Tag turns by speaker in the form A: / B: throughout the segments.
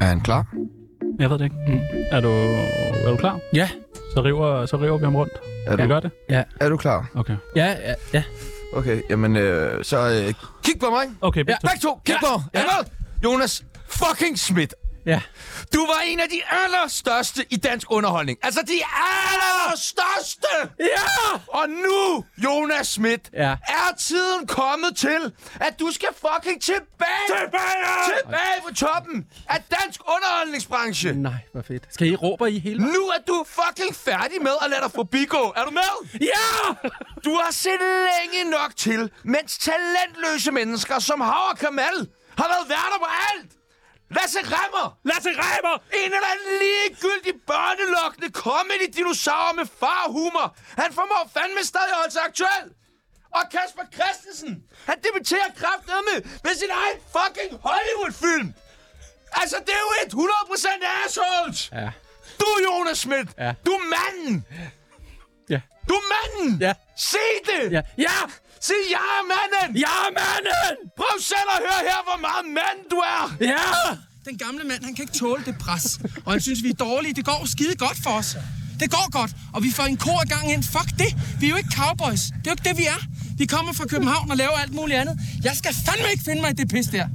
A: Er han klar?
B: Jeg ved det ikke. Mm. Er, du, er du klar?
C: Ja.
B: Så river, så river vi ham rundt.
A: Er
B: Kan jeg
A: du,
B: gøre det?
A: er du klar?
B: Okay.
C: Ja, ja, ja.
A: Okay, jamen øh, så øh, kig på mig.
B: Okay,
C: Ja.
B: ja.
A: Begge to, kig på mig. Er I med? Jonas fucking Schmidt.
C: Ja.
A: Du var en af de allerstørste i dansk underholdning. Altså de allerstørste!
C: Ja!
A: Og nu, Jonas Schmidt,
C: Ja.
A: er tiden kommet til, at du skal fucking tilbage! Tilbage! Tilbage på toppen af dansk underholdningsbranche!
C: Nej, hvor fedt. Skal I råbe i hele...
A: Nu er du fucking færdig med at lade dig forbigå. Er du med?
C: Ja!
A: Du har set længe nok til, mens talentløse mennesker som Hav og Kamal har været værter på alt. Lasse Remmer,
B: Lasse Reimer!
A: en eller anden ligegyldig børnelokkende comedy-dinosaur med farhumor. Han formår fandme stadig at holde sig aktuel. Og Kasper Christensen, han debuterer kraftedeme med sin egen fucking Hollywood-film. Altså, det er jo et 100% assholes.
C: Ja.
A: Du, Jonas Schmidt,
C: Ja.
A: du er manden.
C: Ja.
A: Du er manden.
C: Ja.
A: Se det.
C: Ja. Ja!
A: Sig, jeg er manden.
C: Ja, manden!
A: Prøv selv at høre her, hvor meget mand du er.
C: Ja!
D: Den gamle mand, han kan ikke tåle det pres. Og han synes, vi er dårlige. Det går skide godt for os. Det går godt, og vi får en kor gang ind. Fuck det. Vi er jo ikke cowboys. Det er jo ikke det, vi er. Vi kommer fra København og laver alt muligt andet. Jeg skal fandme ikke finde mig i det pis der.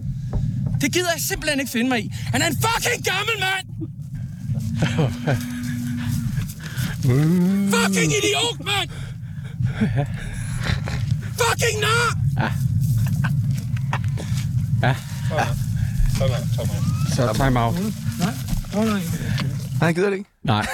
D: Det gider jeg simpelthen ikke finde mig i. Han er en fucking gammel mand! fucking idiot, mand! fucking nar!
C: Så time out.
A: Han gider det ikke.
C: Nej,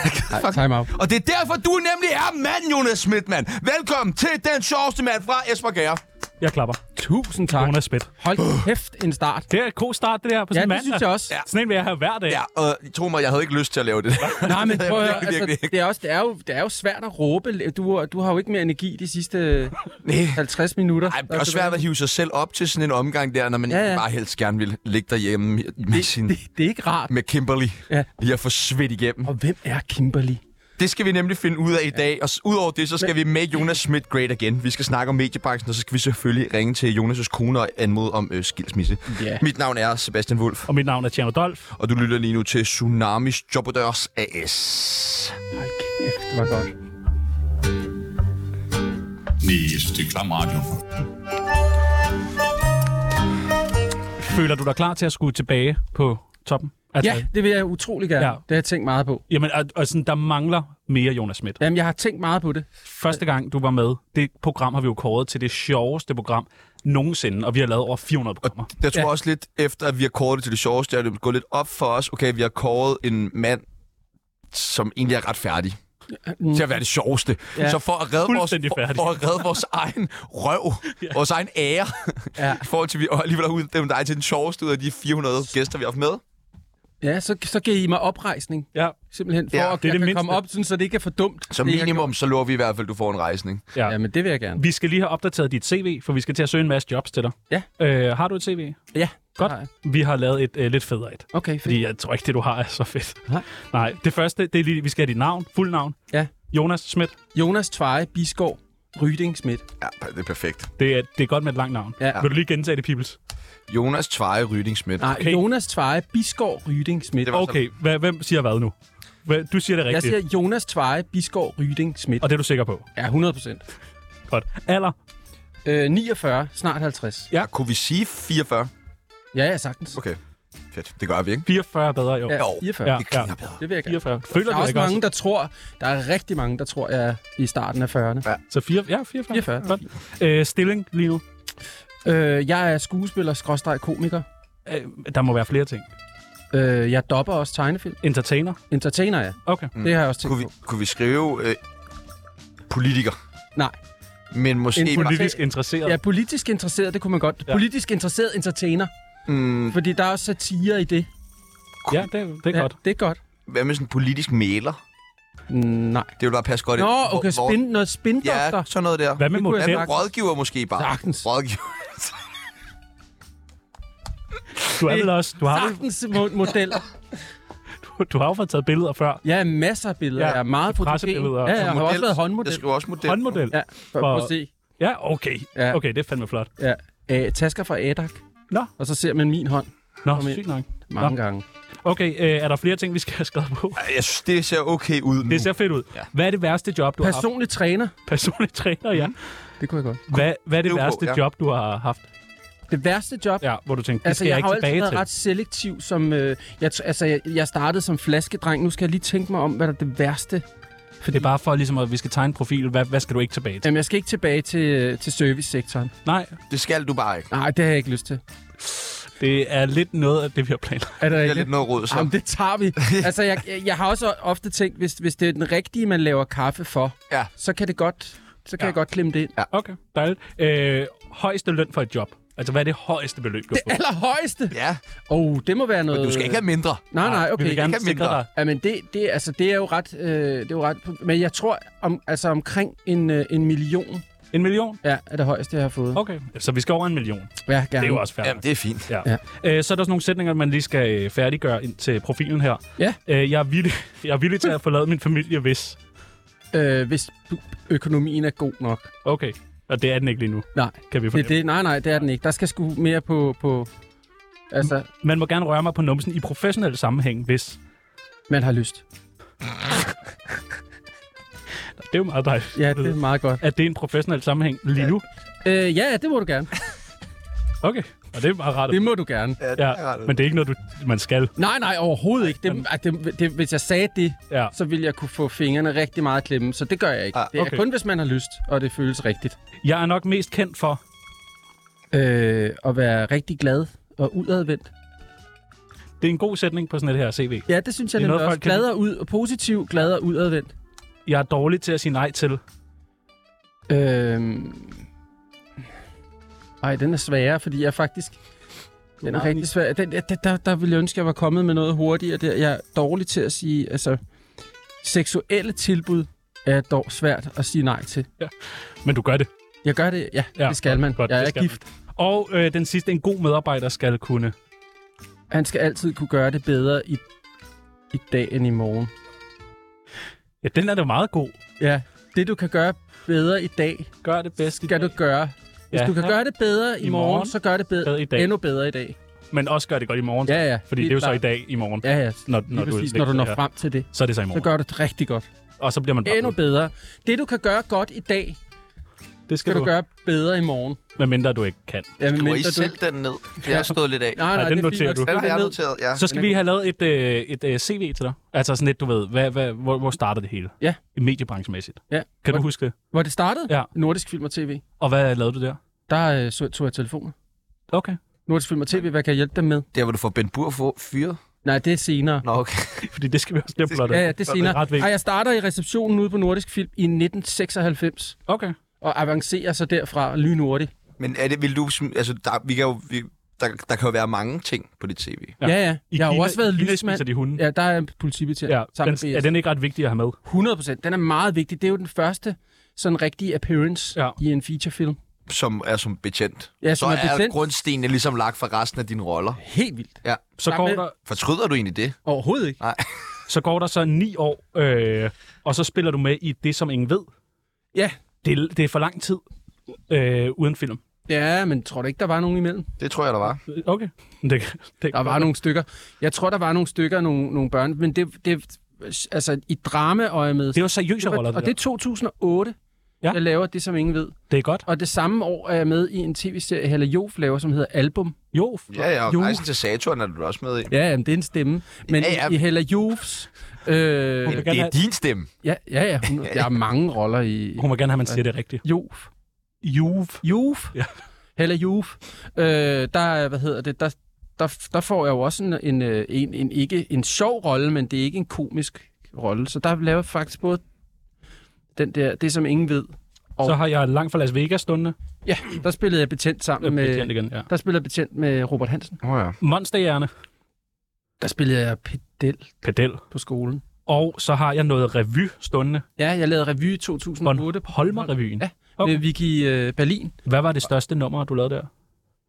C: Nej time out.
A: Og det er derfor, du nemlig er mand, Jonas Schmidtmann. Velkommen til den sjoveste mand fra Esbjerg.
B: Jeg klapper.
C: Tusind tak.
B: Jonas Spæt.
C: Hold kæft, en start.
B: Det er et god start, det der på sådan en
C: Ja, det
B: mandag.
C: synes jeg også.
A: Ja.
B: Sådan en vil jeg have hver dag.
A: Ja, og tro mig, jeg havde ikke lyst til at lave det der.
C: Nej, men prøv at høre,
A: Det er virkelig
C: altså,
A: ikke.
C: det, er også, det, er jo, det er jo svært at råbe. Du, du har jo ikke mere energi de sidste
A: Nej.
C: 50 minutter.
A: Ej, det er også svært at hive sig selv op til sådan en omgang der, når man
C: Ja, ja.
A: ja, ja. bare helst gerne vil ligge derhjemme med, sin,
C: Det, det er ikke rart.
A: med Kimberly.
C: Ja.
A: Ja. Lige at få svedt igennem.
C: Og hvem er Kimberly?
A: Det skal vi nemlig finde ud af i dag, og s- udover det, så skal vi med Jonas Schmidt great again. Vi skal snakke om mediebranchen, og så skal vi selvfølgelig ringe til Jonas' kone og anmode om øh, skilsmisse.
C: Ja.
A: Mit navn er Sebastian Wolf,
B: Og mit navn er Tjerno Dolf.
A: og du lytter lige nu til Tsunamis Jobodørs AS.
C: Hold kæft, det var godt.
E: Nee, ich stehe klar Radio.
B: Føler du dig klar til at skulle tilbage på toppen? Altså,
C: Ja, det vil jeg utrolig gerne. Ja.
B: Ja.
C: Det har jeg tænkt meget på.
B: Jamen, og, og sådan, der mangler mere Jonas Schmidt.
C: Jamen, jeg har tænkt meget på det.
B: Første gang, du var med, det program har vi jo kåret til det sjoveste program nogensinde, og vi har lavet over 400 programmer.
A: Jeg tror
C: Ja.
A: ja. også lidt, efter at vi har kåret det til det sjoveste, er det gået lidt op for os. Okay, vi har kåret en mand, som egentlig er ret færdig mm. til at være det sjoveste.
C: Ja.
A: Ja. Så for at redde, vores,
B: Fuldstændig
A: for,
B: færdig.
A: for at redde vores egen røv, ja. vores egen ære,
C: Ja.
A: ja. i forhold til, at vi alligevel har uddelt dig til den sjoveste ud af de 400 gæster, vi har haft med.
C: Ja, så, så giver I mig oprejsning.
B: Ja,
C: Simpelthen for
A: Ja,
C: ja,
A: det
B: er
C: at jeg
B: det
C: kan
B: mindste.
C: komme op, sådan, så det ikke er for dumt.
A: Som
C: det, jeg
A: minimum, så lover vi i hvert fald, at du får en rejsning.
C: gjorde. Jamen, det vil jeg gerne.
B: Vi skal lige have opdateret dit CV, for vi skal til at søge en masse jobs til dig.
C: Ja.
B: Øh, har du et CV?
C: Ja,
B: Godt.
C: har jeg.
B: Vi har lavet et øh, lidt federe et.
C: Okay, fedt.
B: Fordi jeg tror ikke, det du har er så fedt.
C: Nej.
B: Nej. Det første, det er lige, vi skal have dit navn, fuld navn.
C: Ja.
B: Jonas Schmidt.
C: Jonas Tveje Biskov Ryding Schmidt.
A: Ja, det er perfekt.
B: Det er, det er godt med et langt navn.
C: Ja.
B: Vil du lige gentage det, Pibels?
A: Jonas Tveje Rydingsmith.
C: Nej, okay.
B: Okay.
C: Jonas Tveje Biskov Ryding Schmidt.
A: Det var-
B: Okay, hvad, hvem siger hvad nu? Hvad- Du siger det
C: Jeg
B: rigtigt,
C: siger Jonas Tveje Biskov Ryding Schmidt.
B: og det er du sikker på.
C: Ja, 100 procent.
B: Godt. Alder?
C: Øh, 49, snart 50.
A: Ja, kunne vi sige 44?
C: Ja, ja, sagtens.
A: Okay, fedt. Det gør vi, ikke?
B: 44 er bedre, jo.
C: Ja,
A: Jo.
C: 44.
B: ja.
C: Ja.
A: Det klinger ja. bedre.
C: Det vil jeg gerne.
B: 44. Føler
C: Der er
B: du
C: også
B: ikke
C: mange, der tror, der er rigtig mange, der tror, jeg er i starten af 40'erne.
B: også? Så 4, ja, 44.
C: 44.
B: Godt. Øh, stilling lige nu?
C: Øh, jeg er skuespiller, skråstreg komiker.
B: Øh, der må være flere ting.
C: Øh, jeg dopper også tegnefilm.
B: Entertainer?
C: Entertainer, ja.
B: Okay.
C: Mm. Det har jeg også tænkt
A: Kunne vi,
C: på.
A: kunne vi skrive øh, politiker?
C: Nej.
A: Men måske...
C: En politi-
B: Politisk interesseret?
C: Ja, politisk interesseret, det kunne man godt. Ja.
B: Ja.
C: Politisk interesseret entertainer.
A: Mm,
C: Fordi der er også satire i det.
B: ja det, det er
C: ja,
B: ja. godt.
C: Det er godt.
A: hvad med sådan en politisk mæler?
C: Mm, nej.
A: Det ville bare passe godt.
C: Nå,
A: ind. Hvor-
C: okay,
A: hvor-
C: spin, noget spindokter.
A: Ja, sådan noget der.
B: Hvad med
C: Det kunne jeg
B: model?
A: Hvad med
C: sagtens.
A: rådgiver måske bare?
C: Sagtens.
A: Rådgiver.
B: Du er vel også... Du har, vel-
C: Sagtens mo- model.
B: du har jo fået taget billeder før.
C: Ja, masser af billeder. Ja,
B: Ja,
C: jeg er meget fotogen.
B: pressebilleder.
C: Ja, jeg har
A: Model.
C: også været
A: Jeg
C: håndmodel.
A: skriver også model.
B: Håndmodel?
C: Ja, for,
B: For-
C: prøv at se.
B: Ja, okay.
C: Ja.
B: Okay, det er fandme flot.
C: Ja. Æ, tasker fra Adak.
B: Nå.
C: Og så ser man min hånd
B: Nå,
C: Kom ind.
B: sygt nok.
C: mange gange.
B: Okay, øh, er der flere ting, vi skal have skrevet på?
F: Jeg synes, det ser okay ud nu.
B: Det ser fedt ud. Ja. Hvad er det værste job, du har haft?
C: Personlig træner.
B: Personlig træner,
C: Mhm.
B: ja.
C: Det kunne jeg godt.
B: Hvad, hvad er det
F: Skriv på,
B: værste
F: ja.
B: job, du har haft?
C: Det værste job,
B: Ja, hvor du tænkte, det
C: Altså,
B: skal
C: jeg,
B: jeg,
C: har jo
B: ikke
C: altid
B: tilbage
C: været
B: til.
C: ret selektiv, som... Øh, jeg, t- altså, jeg, jeg startede som flaskedreng. Nu skal jeg lige tænke mig om, hvad der er det værste.
B: For det er bare for, ligesom, at vi skal tegne en profil. Hvad, hvad skal du ikke tilbage til?
C: Jamen, jeg skal ikke tilbage til, øh, til servicesektoren.
B: Nej,
F: Det skal du bare ikke.
C: Nej, det har jeg ikke lyst til.
B: det er lidt noget af det, vi har planlagt.
C: Er der
F: Det
C: ikke
F: er lidt noget råd, så.
C: Jamen, det tager vi. altså, jeg, jeg, jeg har også ofte tænkt, hvis, hvis det er den rigtige, man laver kaffe for,
F: Ja.
C: så kan det godt... Så kan
B: Ja.
C: ja. jeg godt klemme det ind.
B: Okay, dejligt. Øh, højeste løn for et job. Altså, hvad er det højeste beløb, du har fået?
C: Allerhøjeste!
F: Ja,
C: Åh, oh, det må være noget... øh,
F: men du skal ikke have mindre.
C: Nej, nej,
B: Vi
C: okay.
B: vil gerne
F: ikke have
B: sikre
F: mindre.
B: dig.
C: Ja, men det, det, altså, det er jo ret... Øh, det er jo ret men jeg tror, om, altså omkring en, øh, en million
B: En million?
C: ja, er det højeste, jeg har fået.
B: Okay, så vi skal over en million. Det
C: Ja, gerne.
B: er jo også fair.
F: Jamen, det er fint.
B: Ja. ja.
C: Ja.
B: Øh, så er der sådan nogle sætninger, man lige skal øh, færdiggøre ind til profilen her.
C: Ja.
B: Øh, jeg, er villig, jeg er villig til at forlade min familie, hvis...
C: Øh, hvis b- økonomien er god nok.
B: Okay, og det er den ikke lige nu,
C: Nej,
B: kan vi
C: det,
B: fornemme.
C: er det, nej, nej, det er den ikke. Der skal sgu mere på... på altså,
B: Man må gerne røre mig på numsen i professionel sammenhæng, hvis...
C: man har lyst.
B: Det er jo meget dejligt.
C: Ja, det er meget godt.
B: Er det en professionel sammenhæng lige nu?
C: Øh, ja, det må du gerne.
B: Okay, og det er meget rart. at-
C: Det må du gerne.
B: Ja, men det er ikke noget, du, man skal.
C: Nej, nej, overhovedet ikke. Det, ej, det, det, hvis jeg sagde det,
B: Ja.
C: så ville jeg kunne få fingrene rigtig meget klemme, så det gør jeg ikke.
F: Ah,
C: Det er
B: okay.
C: kun, hvis man har lyst, og det føles rigtigt.
B: Jeg er nok mest kendt for...
C: Øh, at være rigtig glad og udadvendt.
B: Det er en god sætning på sådan et her CV.
C: Ja, det synes jeg
B: Det er
C: nemlig
B: noget,
C: også.
B: folk kan-
C: Glad og ud, og positiv, glad og udadvendt.
B: Jeg er dårlig til at sige nej til.
C: Øh... Ej, den er sværere, fordi jeg faktisk... Den er rigtig svær. Den, der, der, der ville jeg ønske, at jeg var kommet med noget hurtigere. Der. Jeg er dårlig til at sige... Altså, seksuelle tilbud er dog svært at sige nej til.
B: Men du gør det.
C: Jeg gør det, ja, ja det skal man. Godt, jeg
B: det
C: er
B: skal
C: gift.
B: Man. Og øh, den sidste, en god medarbejder skal kunne.
C: Han skal altid kunne gøre det bedre i, i dag end i morgen.
B: Ja, den er da meget god.
C: Ja, det du kan gøre bedre i dag,
B: Gør det bedst i
C: skal du
B: dag,
C: gøre. Hvis
B: Ja.
C: du kan gøre det bedre i,
B: I
C: morgen,
B: morgen,
C: så gør det bedre,
B: bedre i dag.
C: endnu bedre i dag.
B: men også gør det godt i morgen.
C: Ja, ja.
B: fordi det er jo så i
C: klart.
B: dag i morgen.
C: Ja, ja.
B: Når,
C: Når du, præcis, når du når frem til det,
B: Så er det så i
C: så
B: morgen.
C: gør du det rigtig godt.
B: Og så bliver man bare
C: Endnu
B: ved.
C: bedre. Det, du kan gøre godt i dag,
B: Det skal
C: kan
B: du,
C: du gøre bedre i morgen.
B: Hvad mindre du ikke kan.
C: Ja,
F: Du er I selv den ned. Det har stået lidt af.
C: Nej,
B: Nej,
C: nej,
B: den
C: det er
B: noterer
C: fint nok.
B: du.
F: Den
C: Skriv
F: har jeg
C: ned.
F: noteret, ja.
B: Så skal vi have lavet et, øh, et øh, CV til dig. Altså sådan lidt, du ved, hvad, hvad, hvor, hvor startede det hele?
C: Ja.
B: Mediebranchemæssigt.
C: Ja.
B: Kan du
C: Hvor-
B: huske det?
C: Hvor det startede?
B: Ja.
C: Nordisk Film og TV.
B: Og hvad lavede du der?
C: Der øh, så- tog jeg telefoner.
B: Okay.
C: Nordisk Film og TV, hvad kan jeg hjælpe dem med?
F: Der, hvor du får Ben Bur for fyret.
C: Nej, det er senere.
F: Nå, okay.
B: Fordi det skal vi også lige have plottet.
C: Ja, ja, det er senere.
B: ret vigtigt.
C: Ej, jeg starter i receptionen ude på Nordisk Film i 1996,
B: Okay.
C: og avancerer så derfra lynhurtigt.
F: Men er det, vil du... sm- Altså, der, vi kan jo, vi, der, der kan jo være mange ting på dit CV.
B: Ja.
C: Ja, ja. ja.
B: I
C: jeg har jo
B: Kina-
C: også været
B: i Kina
C: lysmand.
B: spiser de hunde.
C: Ja, der er en politibetjent
B: Ja,
C: ja, sammen
B: den,
C: med
B: er
C: BS.
B: den ikke ret vigtig at have med?
C: 100 procent. Den er meget vigtig. Det er jo den første sådan rigtige appearance
B: Ja.
C: ja. i en featurefilm.
F: som er som betjent.
C: Ja,
F: så
C: som er
F: er
C: betjent.
F: grundstenene ligesom lagt for resten af dine roller.
C: Helt vildt.
B: Så
C: Nej,
B: går,
C: men-
B: der,
F: Fortryder du egentlig det?
C: Overhovedet ikke.
F: Nej.
B: så går der så ni år, øh, og så spiller du med i det, som ingen ved.
C: Ja.
B: Det, er- det er for lang tid øh, uden film.
C: Ja, men tror du ikke, der var nogen imellem?
F: Det tror jeg, der var.
B: Øh, Okay. Det, det,
C: Der var nogle stykker. Jeg tror, der var nogle stykker, nogle, nogle børn, men det, det altså i drama med.
B: Det var seriøse roller, det,
C: og det er
B: det,
C: 2008,
B: Ja.
C: ja. jeg laver det, som ingen ved.
B: det er godt.
C: Og det samme år er jeg med i en tv-serie, Hella Jof laver, som hedder Album.
B: Jo,
F: Ja, ja, og
C: Jo.
F: rejsen til Saturn er du også med i.
C: Ja, jamen, det er en stemme. Men
F: Ja,
C: ja,
F: ja.
C: ja. i Hella Jofs... Øh,
B: vil
F: Det
B: gerne
F: er
B: have-
F: din stemme.
C: ja, ja, ja, hun, der er mange roller i
B: hun må gerne have, at man siger det rigtigt.
C: Jof.
B: Juve.
C: Juf.
B: Ja.
C: Hella Juf. Øh, der, hvad hedder det, der, der, der får jeg jo også en, en, øh, en, en, ikke en sjov rolle, men det er ikke en komisk rolle. Så der laver jeg faktisk både den der, det som ingen ved. Og-
B: Så har jeg langt fra Las Vegas stående. Øh,
C: Ja, der spillede jeg betjent sammen med...
B: Med... igen, ja.
C: Der spillede jeg betjent med Robert Hansen.
F: Åh oh, ja.
B: Monsterhjerne.
C: Der spillede jeg pedel
B: Pedel.
C: på skolen.
B: Og så har jeg noget revy stående.
C: Ja, jeg lavede revy i 2008 på
B: Holmer-revyen.
C: Ja,
B: Okay.
C: okay. med Vicky øh, Berlin.
B: Hvad var det største nummer, du lavede der?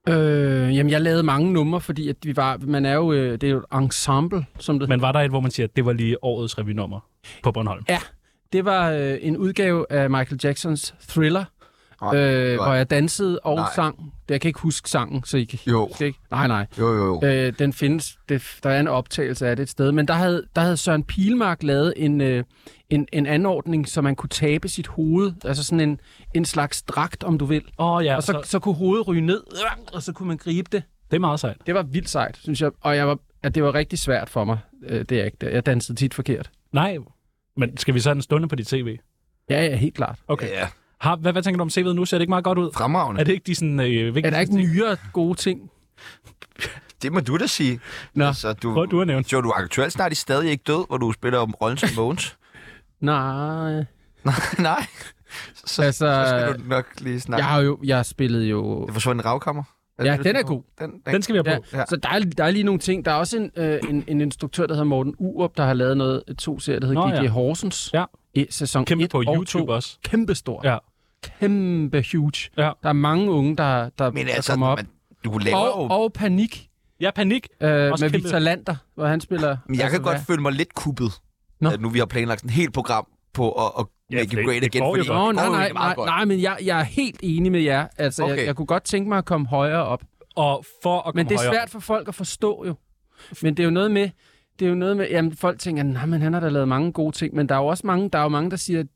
C: Øh, jamen, jeg lavede mange numre, fordi at vi var, man er jo, øh, det er jo et ensemble, som det
B: Men var der et, hvor man siger, at det var lige årets revynummer på Bornholm?
C: Det var øh, en udgave af Michael Jacksons Thriller, Nej, øh,
A: nej.
C: hvor jeg dansede og
A: Nej.
C: nej. sang. Jeg kan ikke huske sangen, så I kan...
A: Jo.
C: Det, ikke- nej, nej.
A: Jo, jo, jo.
C: Øh, den findes, det, der er en optagelse af det et sted, men der havde, der havde Søren Pilmark lavet en, øh, en, en anordning, så man kunne tabe sit hoved, altså sådan en, en slags dragt, om du vil.
B: Åh oh, ja,
C: Og så, så kunne hovedet ryge ned, og så kunne man gribe det.
B: det er meget sejt.
C: Det var vildt sejt, synes jeg, og jeg var, at det var rigtig svært for mig. Øh, det er jeg ikke. Jeg dansede tit forkert.
B: Nej, men skal vi så have den stående på dit tv?
C: Ja, ja, helt klart.
B: Okay. Ja. Har, hvad, hvad tænker du om CV'et nu? Ser det ikke meget godt ud?
A: Fremragende.
B: Er det ikke de sådan øh,
C: Er
B: vigtigste
C: der ikke
B: ting?
C: nyere gode ting?
A: Det må du da sige.
C: Nå,
A: altså, du,
B: Prøv du at nævne.
A: Jo, du er aktuelt snart i stadig ikke død, hvor du spiller om rollen som Mogens.
C: Nej.
A: nej, nej. Så,
C: Altså,
A: så skal du nok lige snakke.
C: Jeg
A: Jeg...
C: har jo, jeg spillede jo...
A: Det forsvandt en ravkammer. Er du
C: Ja, den er
A: tænker på?
C: god.
A: Den, den,
B: Den skal vi have
C: Ja,
B: på.
A: Ja.
C: ja. Så der er, der er lige nogle ting. Der er også en, øh, en, en instruktør, der hedder Morten Urup, der har lavet noget, to serier, der hedder
B: Nå,
C: Nå, GG
B: ja.
C: Horsens.
B: Ja.
C: I sæson
B: Kæmpe
C: et
B: på
C: og
B: YouTube
C: to.
B: også.
C: Kæmpe stor.
B: Ja.
C: Kæmpe huge.
B: Ja.
C: Der er mange unge, der, der,
A: Men
C: der
A: altså,
C: kommer op.
A: man, du laver
C: Og,
A: jo...
C: og Panik
B: Ja, panik.
C: øh, med
B: kæmpe-
C: Victor Lander, hvor han spiller...
A: Men jeg kan
C: altså,
A: godt
C: hvad-
A: føle mig lidt kuppet,
C: Nå.
A: at nu vi har planlagt en helt program på at, at make
B: for det-
A: it great
B: det
A: again.
B: går jo
A: fordi det
B: godt.
C: Nå,
A: går
C: nej,
A: jo
C: nej,
A: egentlig
C: nej,
A: meget godt.
C: nej, men jeg, jeg er helt enig med jer. Altså, okay.
A: Okay.
C: jeg, jeg kunne godt tænke mig at komme højere op.
B: Og for at
C: Men
B: komme
C: det er
B: højere
C: svært for folk at forstå jo. Men det er jo noget med, det er jo noget med, jamen folk tænker, nej, men han har da lavet mange gode ting, men der er jo også mange, der er jo mange, der siger, at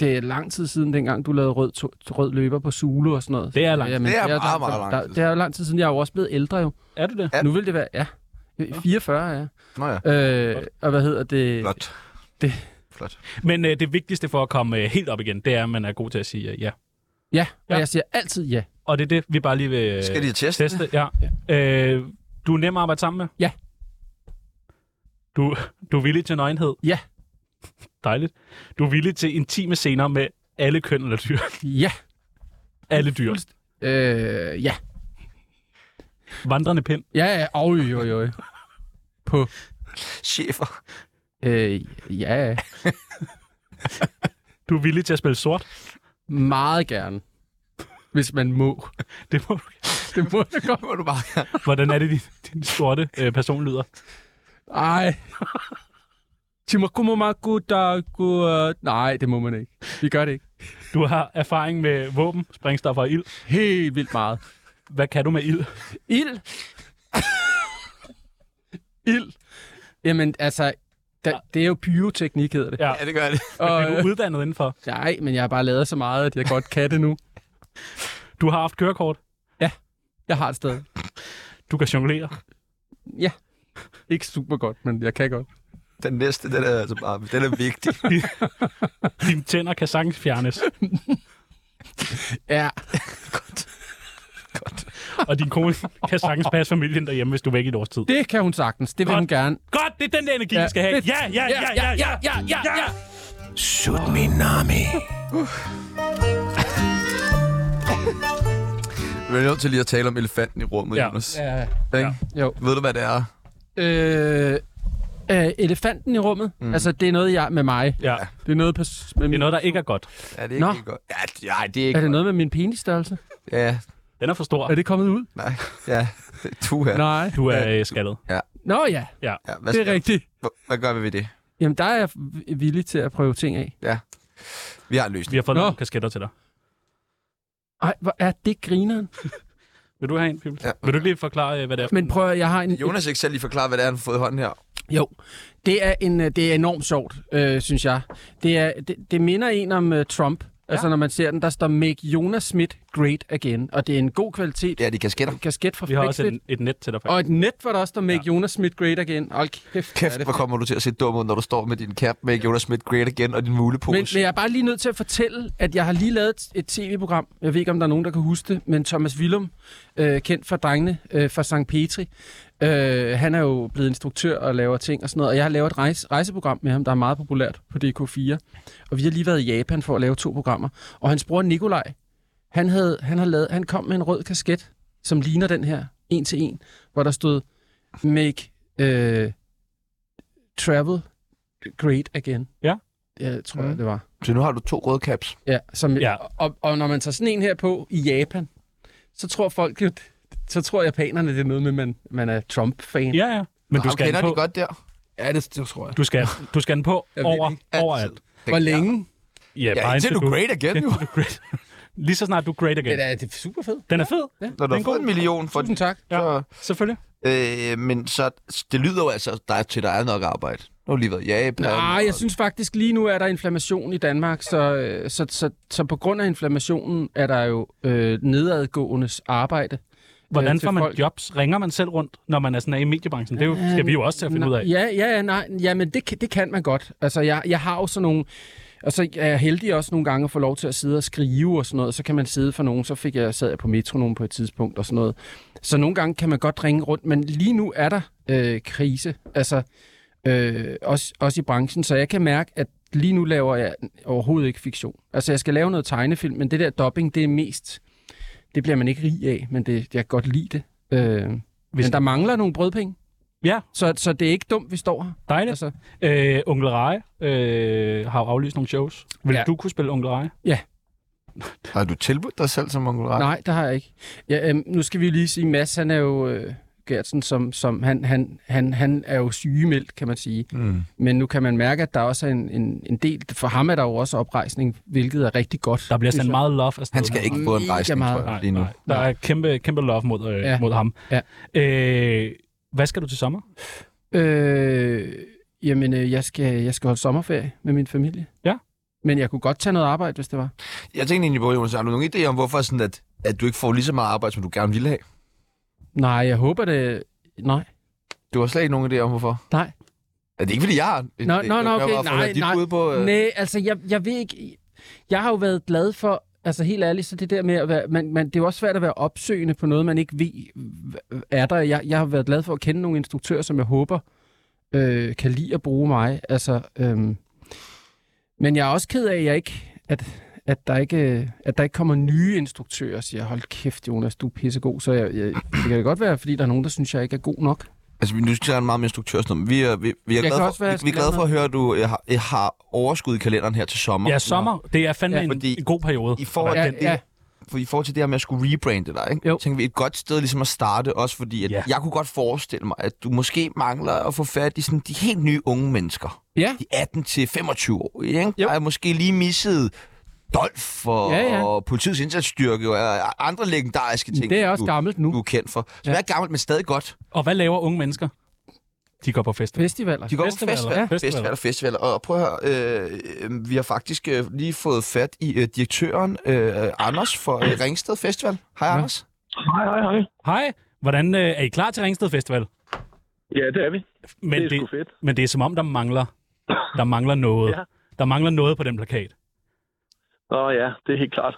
C: det er lang tid siden, dengang du lavede rød, to- rød løber på Zulu og sådan noget.
B: Det er lang tid.
C: Jamen,
A: Det er
C: jo
A: meget, meget lang
C: der-
A: tid
C: Det er jo lang tid siden, jeg er jo også blevet ældre jo.
B: Er du det?
A: Ja.
C: Ja. Nu vil det være, ja. 44 er jeg.
A: Nå ja,
C: Øh, og hvad hedder det?
A: flot.
C: det-
A: Flot.
B: Men øh, det vigtigste for at komme øh, helt op igen, det er, at man er god til at sige øh, ja.
C: Ja, og
B: Ja.
C: ja. jeg siger altid ja.
B: Og det er det, vi bare lige vil øh,
A: Skal de teste?
B: teste. Ja. Øh, du er nem at arbejde sammen med?
C: Ja.
B: Du, du er villig til nøgenhed?
C: Ja.
B: Dejligt. Du er villig til intime scener med alle køn eller dyr.
C: Ja.
B: Alle dyr.
C: Øh, ja.
B: Vandrende pind.
C: Ja, ja. Oj, oj, oj. På.
A: Chefer.
C: Øh, ja.
B: Du er villig til at spille sort.
C: Meget gerne. Hvis man må.
B: Det må, du-
C: Det må det godt.
A: Må du bare...
B: hvordan er det, din, din sorte øh, person lyder?
C: Ej. øh, Nej, det må man ikke. Vi gør det ikke.
B: Du har erfaring med våben, sprængstoffer og ild.
C: Helt vildt meget.
B: Hvad kan du med ild?
C: Ild. Ild. Jamen, altså, der, det er jo pyroteknik, hedder det.
B: Ja.
A: Ja, det gør det.
B: Er
C: Og,
B: du
C: øh,
B: uddannet indenfor?
C: nej, men jeg har bare lavet så meget, at jeg godt kan det nu.
B: Du har haft kørekort.
C: Jeg har et sted.
B: Du kan jonglere.
C: Ikke super godt, men jeg kan godt.
A: Den næste, den er altså bare... Den er vigtig.
B: Dine tænder kan sagtens fjernes.
C: Ja,
B: Og din kone kan sagtens passe familien derhjemme, hvis du er væk i et års tid.
C: det kan hun sagtens. Det vil hun gerne.
B: Godt, det er den der energi, vi
C: Ja.
B: skal have. Ja, ja, ja, ja, ja, ja, ja, ja.
D: Shoot me, Nami.
A: Vi er nødt til lige at tale om elefanten i rummet,
B: Ja.
A: Jonas.
C: Ja.
A: Ikke?
C: Jo.
A: Ved du, hvad det er?
C: Øh, øh, elefanten i rummet. Mm. Altså, det er noget jeg med mig.
B: ja.
C: Det er noget, pers- med
B: Det
C: min,
B: er noget, der ikke er godt.
A: Er det ikke
C: Nå.
A: helt godt? Ja, det- nej, det er ikke
C: er det noget med min penisstørrelse?
A: godt. Ja,
B: Den er for stor.
C: Er det kommet ud?
A: nej. Ja, du her.
C: Nej.
B: Du er øh, skaldet.
C: Nå ja,
A: Ja, hvad,
C: det
A: skal-
C: er rigtigt.
A: Hva- hvad gør vi ved det?
C: Jamen, der er jeg v- villig til at prøve ting af.
A: Vi har en løsning.
B: Vi har fået
C: Nå.
B: nogle kasketter til dig.
C: Ej, hvor er det grineren?
B: Vil du have en, Pibels?
A: Ja.
B: Vil du ikke lige forklare, øh, hvad det er? for
C: Men
B: en?
C: prøv at, jeg har en...
A: Jonas ikke selv lige forklare, hvad det er, han har fået i hånden her.
C: Jo, det er, en, øh, det er enormt sjovt, øh, synes jeg. Det, er, det, det minder en om uh, Trump. Altså, når man ser den, der står Make Jonas Smith Great Again. Og det er en god kvalitet.
A: Det er de kasketter.
C: Kasket fra
B: Vi har også
C: Flexfit.
B: et, et net til dig, faktisk.
C: Og et net, hvor der også står Make Jonas Smith Great Again. Hold kæft, hvor er
A: Kæft,
C: det
A: hvor kommer du til at se dum ud, når du står med din cap med Jonas Smith Great igen og din mulepose.
C: Men, men jeg er bare lige nødt til at fortælle, at jeg har lige lavet et, et tv-program. Jeg ved ikke, om der er nogen, der kan huske det, men Thomas Willum, øh, kendt fra drengene øh, fra St. Petri, øh, han er jo blevet instruktør og laver ting og sådan noget. Og jeg har lavet et rejse, rejseprogram med ham, der er meget populært på DK4. Og vi har lige været i Japan for at lave to programmer. Og hans bror Nikolaj, han, havde, han, havde lavet, han kom med en rød kasket, som ligner den her, en til en, hvor der stod, make øh, travel great again.
B: Ja.
C: Jeg tror, jeg, det var.
A: Så nu har du to røde caps.
C: Ja, som,
B: Ja.
C: ja. Og, og når man tager sådan en her på i Japan, så tror folk jo, så tror japanerne, det er noget med, at man, man er Trump-fan.
B: Ja, ja. Men du
A: Ham
B: skal have
A: kender
B: den
A: de
B: på.
A: godt der.
C: ja det, det tror jeg.
B: Du skal, du skal have den på
C: Jeg ved
B: over,
A: Altså,
C: ikke.
A: Altid.
B: overalt.
C: Hvor længe?
A: Ja, indtil du er great again, jo.
B: Great. Lige så snart du er great again.
C: Det er, det er super fedt.
B: Den er fed.
A: Når du
B: Den
A: har
B: er
A: fået en million for den.
C: Tusind tak.
A: Så,
B: Selvfølgelig.
A: øh, men så, det lyder jo altså, der er, til der er nok arbejde. Nu har du lige været i Japan.
C: Nej,
A: og-
C: jeg synes faktisk, lige nu er der inflammation i Danmark, så, øh, så, så, så på grund af inflammationen er der jo øh, nedadgåendes arbejde. øh,
B: Hvordan
C: til
B: får man
C: folk.
B: jobs? Ringer man selv rundt, når man er sådan af i mediebranchen? Det er jo, skal vi jo også til at finde ud af.
C: Øhm, Ja, ja, ja, nej, ja, men det, kan- det kan man godt. Altså, jeg, jeg har jo sådan nogle... Og så er jeg heldig også nogle gange at få lov til at sidde og skrive og sådan noget. Så kan man sidde for nogen. Så fik jeg, sad jeg på metro nogen på et tidspunkt og sådan noget. Så nogle gange kan man godt ringe rundt. Men lige nu er der øh, krise. Altså, øh, også, også i branchen. Så jeg kan mærke, at lige nu laver jeg overhovedet ikke fiktion. Altså, jeg skal lave noget tegnefilm, men det der dopping, det er mest... Det bliver man ikke rig af, men det, jeg kan godt lide det. Øh,
B: Hvis-
C: men der mangler nogle brødpenge.
B: Ja,
C: Så, så det er ikke dumt, vi står her.
B: dejligt.
C: Altså,
B: Øh, Onkel Reje øh, har jo aflyst nogle shows. Vil
C: Ja.
B: ja. du kunne spille Onkel Reje?
A: Har du tilbudt dig selv som onkel Rej?
C: nej, det har jeg ikke. Ja, øhm, nu skal vi jo lige sige, Mads, han er jo øh, Gertsen, som, som han, han, han, han er jo sygemeldt, kan man sige.
A: Mm.
C: Men nu kan man mærke, at der også er en, en, en del... For ham er der jo også oprejsning, hvilket er rigtig godt.
B: Der bliver
C: synes
B: sendt
C: jeg.
B: meget love afsted.
A: Han skal ikke få en
C: Mega
A: rejsning,
C: meget.
A: tror jeg,
B: Nej,
A: lige nu.
B: nej. Der er kæmpe, kæmpe love mod, øh,
C: Ja.
B: ja. mod ham.
C: Ja.
B: Øh, hvad skal du til sommer?
C: Øh, jamen, øh, jeg, skal, jeg skal holde sommerferie med min familie.
B: Ja.
C: Men jeg kunne godt tage noget arbejde, hvis det var.
A: Jeg tænkte egentlig på, Jonas, har du nogen idé om, hvorfor sådan, at, at du ikke får lige så meget arbejde, som du gerne ville have?
C: Nej, jeg håber det... Nej.
A: Du har slet ikke nogen idé om, hvorfor?
C: Nej.
A: Er det ikke, fordi jeg har? en
C: Nå,
A: idé?
C: nå,
A: Jeg
C: nå,
A: prøver
C: okay.
A: at få
C: Nej,
A: dit
C: nej.
A: bud på, øh,
C: Nej, altså, jeg, jeg ved ikke... Jeg har jo været glad for, altså helt ærligt, så det der med at være... Man, man, det er jo også svært at være opsøgende på noget, man ikke ved hva- er der. Jeg, jeg har været glad for at kende nogle instruktører, som jeg håber øh, kan lide at bruge mig. Altså, øhm, men jeg er også ked af, at jeg ikke... At, at der, ikke, at der ikke kommer nye instruktører og siger, hold kæft Jonas, du er pissegod. Så jeg, jeg, det kan da godt være, fordi der er nogen, der synes, jeg ikke er god nok.
A: Altså, vi- nu skal jeg meget om instruktørsnummer. Vi er, vi, vi er,
C: kan
A: glade, for,
C: også være-
A: vi, vi er glade for at høre, at du øh, har, øh, har overskud i kalenderen her til sommer.
B: Ja, sommer. Det er fandme
C: Ja,
B: ja,
A: fordi-
B: en, en god periode.
A: I forhold,
C: Ja,
A: ja, det,
C: ja.
A: ja. For I forhold til det her med at skulle rebrande dig, ikke?
C: Jo.
A: tænker vi et godt sted ligesom at starte, også fordi at
B: Ja.
A: ja. jeg kunne godt forestille mig, at du måske mangler at få fat i sådan, de helt nye unge mennesker.
C: Ja.
A: De 18-25 år, ikke?
C: Jo.
A: Der er måske lige misset Dolf og,
C: Ja,
A: ja,
C: ja.
A: ja. og politiets indsatsstyrke og andre legendariske ting,
C: Det er også
A: du,
C: gammelt nu.
A: du er kendt for. Så
C: Ja.
A: ja. er gammelt, men stadig godt.
B: Og hvad laver unge mennesker? De går på fest.
C: Festivaler.
A: De går på
B: Festivaler.
A: festivaler,
B: Ja.
A: ja. festivaler, festivaler. Og prøv at høre, øh, øh, vi har faktisk øh, lige fået fat i øh, direktøren øh, Anders for øh, Ringsted Festival. Hej, ja. Anders.
G: Hej, hej, hej.
B: Hej, hvordan øh, er I klar til Ringsted Festival?
G: Ja, det er vi.
B: Men
G: Det er sgu
B: det,
G: fedt.
B: men det er som om, der mangler, der mangler noget.
G: Ja.
B: Der mangler noget på den plakat.
G: Nå ja, det er helt klart.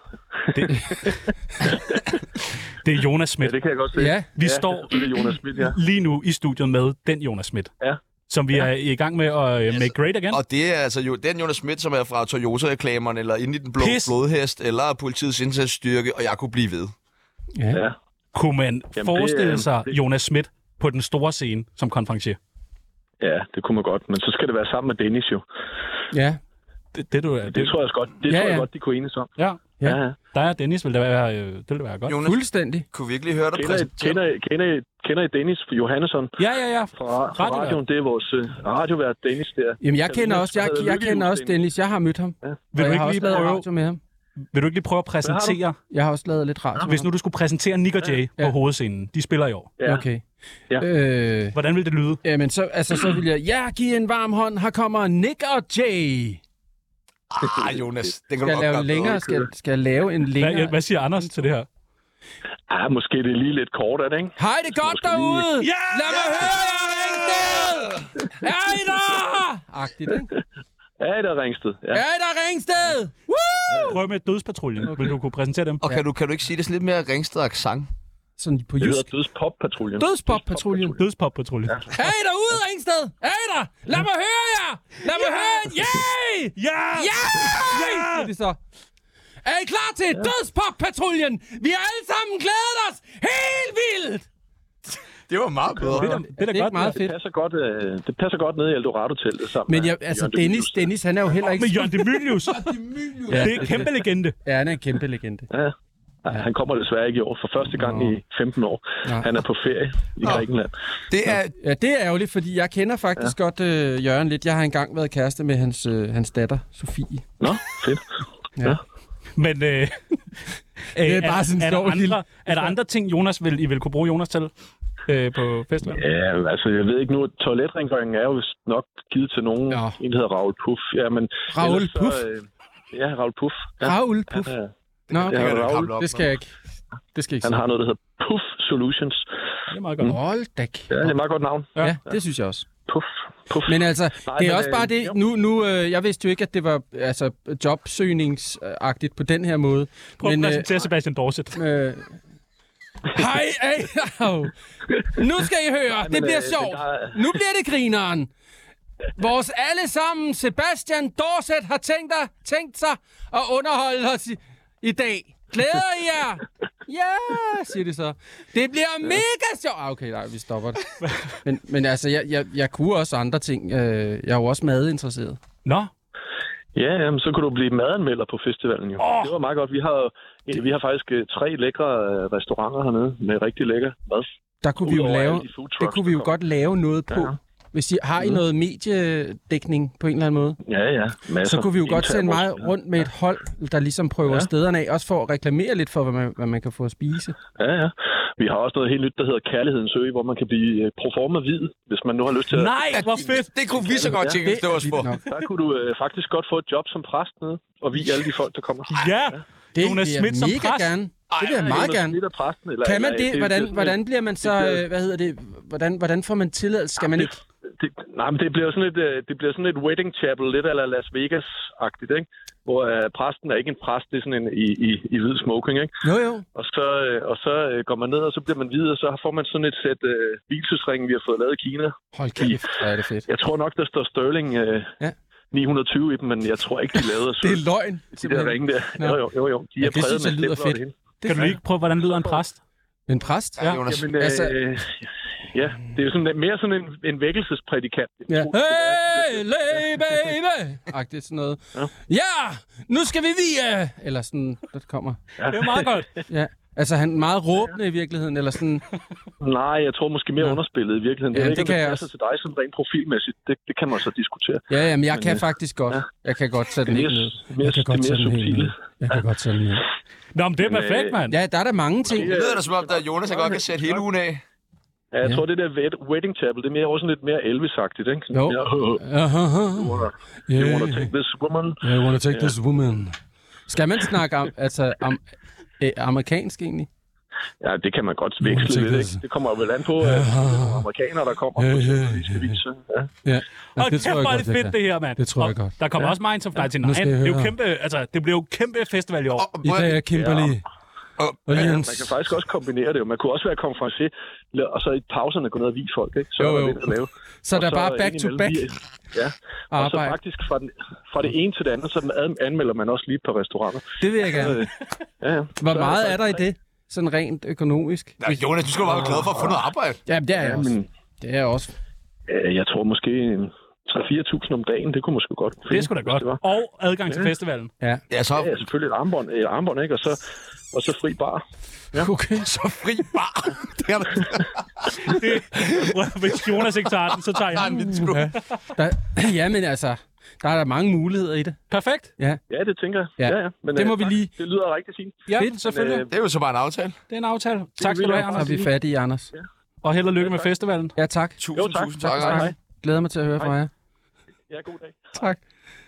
B: Det er Jonas
G: Ja,
B: Schmidt.
G: det kan jeg godt se.
C: Ja,
B: Vi
G: ja,
B: står
G: Det er Jonas Schmidt, ja.
B: lige nu i studiet med den Jonas Schmidt.
G: Ja.
B: Som vi er i gang med at øh, make great again.
A: Og det er altså jo den Jonas Schmidt, som er fra Toyota-reklamerne, eller inde i den blå
B: Pis.
A: flodhest, eller politiets indsatsstyrke, og jeg kunne blive ved.
G: ja.
B: Kunne man
G: det,
B: forestille
G: øh,
B: sig
G: det-
B: Jonas Schmidt på den store scene som konferencier?
G: Ja, det kunne man godt. Men så skal det være sammen med Dennis jo.
C: Ja.
B: Det, det, du, det,
G: Det tror jeg også godt. Det
C: Ja,
G: ja, tror jeg
C: ja.
G: godt, de kunne enes om.
B: Ja.
C: Ja.
G: ja.
B: Der er Dennis, vil det være, øh, det vil være godt.
A: Jonas,
C: Fuldstændig.
A: kunne vi ikke lige høre dig
G: Kender, I,
A: præsentere?
G: kender, I, kender, I, kender I Dennis Johannesson
B: Ja, ja, ja.
G: fra, ra- fra
B: Radiovært.
G: radioen? Det er vores uh, radiovært Dennis der.
C: Jamen, jeg
G: Karina
C: kender også, jeg,
G: spredte
C: jeg kender
G: lykkehjul
C: også
G: til hende.
C: Dennis. Jeg har mødt ham. Ja. Vil
B: Vil du,
C: jeg
B: ikke
C: har
B: lige
C: også lavet
B: prøve,
C: radio med ham.
B: vil du ikke lige prøve at
G: har du?
B: præsentere,
C: Jeg har også lavet lidt radio
B: hvis
C: med
B: nu du skulle præsentere Nick og Jay på
C: Ja.
B: hovedscenen? De spiller i år.
C: ham.
G: Ja.
C: Okay.
G: Ja.
C: Øh,
B: Hvordan vil det lyde?
C: jamen, så, altså, så vil jeg... Ja, give en varm hånd. Her kommer Nick og Jay.
A: Ah, Jonas, den kan
C: Skal
A: du godt
C: jeg lave
A: gøre
C: en
A: bedre.
C: længere? Skal, jeg- skal jeg lave en
B: Hvad,
C: længere?
B: hvad siger Anders til det her?
G: Ah, måske det er lige lidt kort af det, ikke?
C: Hej, det er godt derude!
B: Ja!
C: Lad mig høre jer Ringsted! Er I der? Agtigt, ikke?
G: Ja, det er Ringsted. Ja.
C: Er I der Ringsted? Woo!
B: Prøv med dødspatruljen. Okay. Vil du kunne præsentere dem?
A: Og kan du, kan du ikke sige det sådan lidt mere ringsted-aksang?
C: Sådan på
G: Det hedder
C: jysk.
G: Dødspop-patruljen.
C: Dødspop-patruljen.
B: Dødspoppatruljen. Ja.
C: Er I derude, Ringsted? Er I der? Lad mig høre jer! Lad mig høre en yay!
B: Ja!
C: Ja! Det er det så. Er I klar til dødspop-patruljen? Vi har alle sammen glædet os helt vildt!
A: Det var meget
B: Det er
A: bedre.
B: da, det er da
C: Det er
B: godt.
C: ikke meget
B: ja.
G: Det
C: fedt.
G: passer godt, øh, det passer godt nede i Eldorado-teltet sammen
C: Men
G: med
C: jeg, altså,
G: Jørgen de
C: Dennis,
G: Mylius.
C: Dennis, han er jo heller ikke...
B: Med Jørgen Demilius.
C: Ja.
B: Det er en kæmpe legende.
C: Ja, han er en kæmpe legende.
G: Ja. Nej, han kommer desværre ikke i år for første gang
C: Nå.
G: i 15 år.
C: Nå.
G: Han er på ferie i Grækenland.
A: Det er,
C: Ja, det er ærgerligt, fordi jeg kender faktisk ja. godt øh, Jørgen lidt. Jeg har engang været kæreste med hans, øh, hans datter, Sofie.
G: Nå, fedt.
C: Ja.
G: Ja.
B: Men øh,
C: er
B: øh,
C: bare sådan en
B: er, der
C: sjov lille-
B: andre, er der andre ting, Jonas vil, I vil kunne bruge Jonas til øh, på festivalen?
G: Ja, altså jeg ved ikke nu, at toiletrengøringen er jo vist nok givet til nogen.
C: Ja.
G: Ja. En hedder Raul Puff. Ja, men
C: Raoul
G: ellers så,
C: Puff?
G: Øh, ja, Raul Puff. Ja,
C: Raul, puff.
G: Han, er,
C: Nå, okay.
G: Ja,
A: kan du
G: Raoul,
A: hamle op
C: det skal
A: med.
C: jeg ikke. Det skal jeg ikke
G: han
C: sige.
G: har noget, der hedder Puff Solutions.
B: Det er meget godt.
C: Hold da
G: Ja, det er
C: kæft.
G: et meget godt navn.
C: Ja, det synes jeg også.
G: Puff. Puff.
C: Men altså,
G: Nej,
C: det er
G: men,
C: også bare
G: øh,
C: det,
G: jo.
C: nu, nu øh, jeg vidste jo ikke, at det var altså, jobsøgningsagtigt på den her måde.
B: Prøv at
C: men, øh,
B: præsentere Sebastian Dorset.
C: øh, hej, ey, au. nu skal I høre, det
G: men,
C: bliver
G: øh,
C: sjovt.
G: men der-
C: Nu bliver det grineren. Vores allesammen Sebastian Dorset har tænkt, dig, tænkt sig at underholde os i, i dag. Glæder I jer? Ja, siger de så. Det bliver mega sjovt. Ah, okay, nej, vi stopper det. Men, men altså, jeg, jeg, jeg kunne også andre ting. Øh, Jeg er jo også madinteresseret.
B: Nå,
G: Ja, jamen, så kunne du blive madanmelder på festivalen jo. Oh. Det var meget godt. Vi har, vi har faktisk øh, tre lækre øh, restauranter hernede med rigtig lækker mad.
C: Der kunne vi jo
G: Udover
C: lave,
G: alle de food
C: det
G: trucks,
C: kunne vi jo
G: der
C: godt lave noget på.
G: Ja. Mm.
C: Hvis I, har I noget mediedækning på en eller anden måde?
G: Ja, ja. Masser.
C: så kunne vi jo godt
G: Indtager
C: sende
G: vores-
C: meget rundt med et hold, der ligesom prøver ja.
G: Ja.
C: stederne af, også for at reklamere lidt for, hvad man, hvad man kan få at spise.
G: Ja, ja. Vi har også noget helt nyt, der hedder Kærlighedens Ø, hvor man kan blive øh, proforma hvid, hvis man nu har lyst til at...
B: nej, hvor fedt.
F: Det kunne vi så godt tænke os, det var
C: Vildt
F: for.
C: nok.
G: Der kunne du øh, faktisk godt få et job som præst nede, og vi alle de folk, der kommer.
B: Ja,
C: Det
B: Jonas
C: vil jeg
B: Schmidt som
C: mega
B: præst.
C: gerne. Det vil jeg meget gerne.
G: Lidt af præsten, eller,
C: Kan man
G: eller-
C: det? Hvordan,
G: sådan
C: hvordan
G: et-
C: bliver man så, øh, hvad hedder det, hvordan, hvordan får man tilladelse? Skal man ikke?
G: Det, nej, men det bliver jo sådan et, øh, det bliver sådan et wedding chapel, lidt eller Las Vegas-agtigt, ikke? Hvor øh, præsten er ikke en præst, det er sådan en i, i, i hvid smoking, ikke?
C: Jo, jo.
G: Og så, øh, og så øh, går man ned, og så bliver man hvid, og så får man sådan et sæt øh, hvilesesringe, vi har fået lavet i Kina.
C: Hold kæft, hvor er det fedt.
G: Jeg tror nok, der står Sterling øh,
C: Ja.
G: ja. 920 i dem, men jeg tror ikke, de lavede os.
C: Det er løgn.
G: de der
C: simpelthen.
G: ringe der.
C: Nå.
G: Jo, jo, jo, jo. De
C: Ja,
G: er
C: det synes
G: præget
C: jeg lyder
G: med stempler og
C: fedt.
G: det hele.
C: Det er
B: Kan du ikke prøve, hvordan lyder en præst?
C: En præst?
A: Ja, Jonas.
G: Jamen, øh,
C: Altså-
G: ja, det er jo sådan, mere sådan en, en vækkelsesprædikant.
C: Ja. Hey, lay, baby! Agtigt sådan noget. Ja, nu skal vi via! Eller sådan, der kommer.
B: Det er meget godt.
C: Ja. Altså, han er meget råbende i virkeligheden, eller sådan.
G: Nej, jeg tror måske mere
C: Nå.
G: underspillet i virkeligheden.
C: Ja,
G: jeg ved
C: det
G: ikke, om
C: kan jeg
G: det passer til dig sådan rent profilmæssigt. Det, det kan man så diskutere.
C: Ja, ja, men jeg
G: Men,
C: kan
G: øh,
C: faktisk godt. Jeg kan godt sætte
G: Det er
C: den
G: mere,
C: helt ned.
G: mere,
C: Jeg kan godt
G: det er
C: sætte
G: mere
C: den helt ned.
G: subtile.
C: Jeg kan godt sætte den ned.
B: Nå, men det er
G: Men,
B: perfekt,
G: øh,
B: mand.
C: Ja, der er der mange ting.
A: Det lyder da som om, der er Jonas, der godt kan sætte hele ugen af.
G: Ja, jeg
C: Ja.
G: tror, det der wed- wedding chapel, det er mere også sådan lidt mere Elvis-agtigt, ikke? Sådan
C: Jo.
G: mere,
C: Aha.
G: you
C: Yeah.
G: wanna take this woman?
C: I wanna take this woman. Skal man snakke om, altså, om, øh, amerikansk egentlig?
G: Ja, det kan man godt veksle
C: take
G: lidt,
C: this.
G: ikke? Det kommer vel an på, at det er amerikanere, der kommer.
C: Ja, ja,
G: ja. ja.
C: Ja,
B: Og det kæft, hvor er det fedt, det her, mand.
C: Det tror jeg
B: Og
C: godt.
B: Der kommer også Minds of 99.
C: Nu skal jeg
B: det, er jo
C: høre.
B: kæmpe, altså, det bliver jo kæmpe festival i år.
A: Og
C: I
A: prøv-
C: dag er Kimberly.
A: og-
C: Og Jens.
G: Man kan faktisk også kombinere det. jo. Man kunne også være konferencier, og så i pauserne gå ned og vise folk. Ikke? Så
C: Jo,
G: jo, jo.
C: jo.
G: er der lidt at lave.
C: Så der er
G: Og
C: bare back to
G: indimellem
C: back
G: lige- Ja, og så
C: arbejde.
G: faktisk fra, den, fra det ene til det andet, så ad- anmelder man også lige et par restauranter.
C: Det vil jeg gerne.
G: Ja, ja.
C: Hvor meget er der i det? Sådan rent økonomisk?
A: Nej, Jonas, du skal jo bare være glad for at få noget arbejde.
C: Jamen, det er jeg også. Det er jeg også.
G: Øh, Jeg tror måske en 3-4.000 om dagen, det kunne måske godt
B: Det er
G: finde,
B: sgu da
G: hvis
B: godt.
G: det var.
B: Og adgang til festivalen.
C: Ja.
A: Ja, så,
G: Ja, selvfølgelig et armbånd, et armbånd ikke? Og, så, og så fri bar.
C: Okay.
A: så fri bar. Det er der-
B: Hvis Jonas ikke tager den, så
A: der
B: tager jeg
A: er en
B: den.
A: vild sgu.
C: Der, ja, men altså, der er der mange muligheder i det.
B: Perfekt.
G: Ja, det tænker jeg.
C: Ja.
G: Ja, ja. Men,
C: Det
G: øh,
C: må vi
G: tak.
C: lige-
G: Det lyder rigtig fint. Øh,
B: Ja,
C: Fedt.
B: selvfølgelig.
G: Men,
A: Det er jo så bare en aftale.
B: Det er en aftale. Tak skal du have,
C: Så er
B: Anders.
C: vi fat i, Anders.
B: Og held og lykke med festivalen.
C: Ja, tak.
A: Tusind,
G: tak.
A: tusind tak.
C: tak.
A: Anders.
C: Glæder mig til at høre fra jer.
G: Ja, god dag.
C: Tak.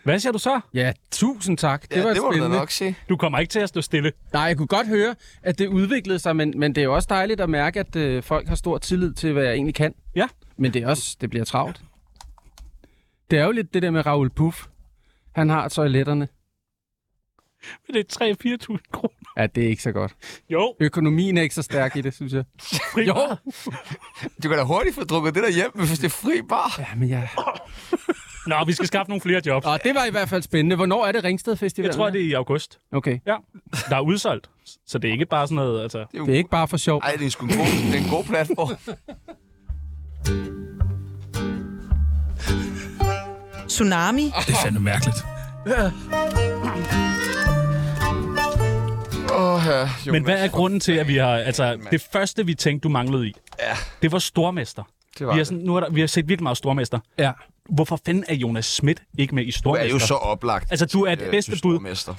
B: Hvad siger du så?
C: Ja, tusind tak. Det
A: Ja,
C: var
A: det må du da
C: spændende.
A: nok se.
B: Du kommer ikke til at stå stille.
C: Nej, jeg kunne godt høre, at det udviklede sig, men, men det er jo også dejligt at mærke, at øh, folk har stor tillid til, hvad jeg egentlig kan.
B: Ja.
C: Men det er også, det bliver travlt. Det er jo lidt det der med Raoul Puff. Han har toiletterne.
B: Det er 3-4.000 kroner.
C: Ja, det er ikke så godt.
B: Jo,
C: Økonomien er ikke så stærk i det, synes jeg.
B: fri
C: Jo.
A: Du kan da hurtigt få drukket det der hjem, hvis det er fri bar.
C: Ja, men jeg...
B: Nå, vi skal skaffe nogle flere jobs.
C: Og det var i hvert fald spændende. Hvornår er det Ringsted Festival?
B: Jeg tror, det er i august.
C: Okay.
B: Ja. Der er udsolgt. Så det er ikke bare sådan noget, altså...
C: Det er ikke bare for sjov.
A: Ej, det er sgu en god, det er en god platform.
H: Tsunami.
D: Det er fandme mærkeligt.
A: Åh, ja,
B: Men hvad er grunden til, at vi har... Altså, det første, vi tænkte, du manglede i, ja. det var stormester.
A: Det
B: Vi har, sådan, nu er der, vi har set virkelig meget stormester.
C: Ja.
B: Hvorfor fanden er Jonas Schmidt ikke med i
A: Du
B: stormester?
A: er jo så oplagt. øh,
B: Altså, du er det bedste bud.
A: Mester.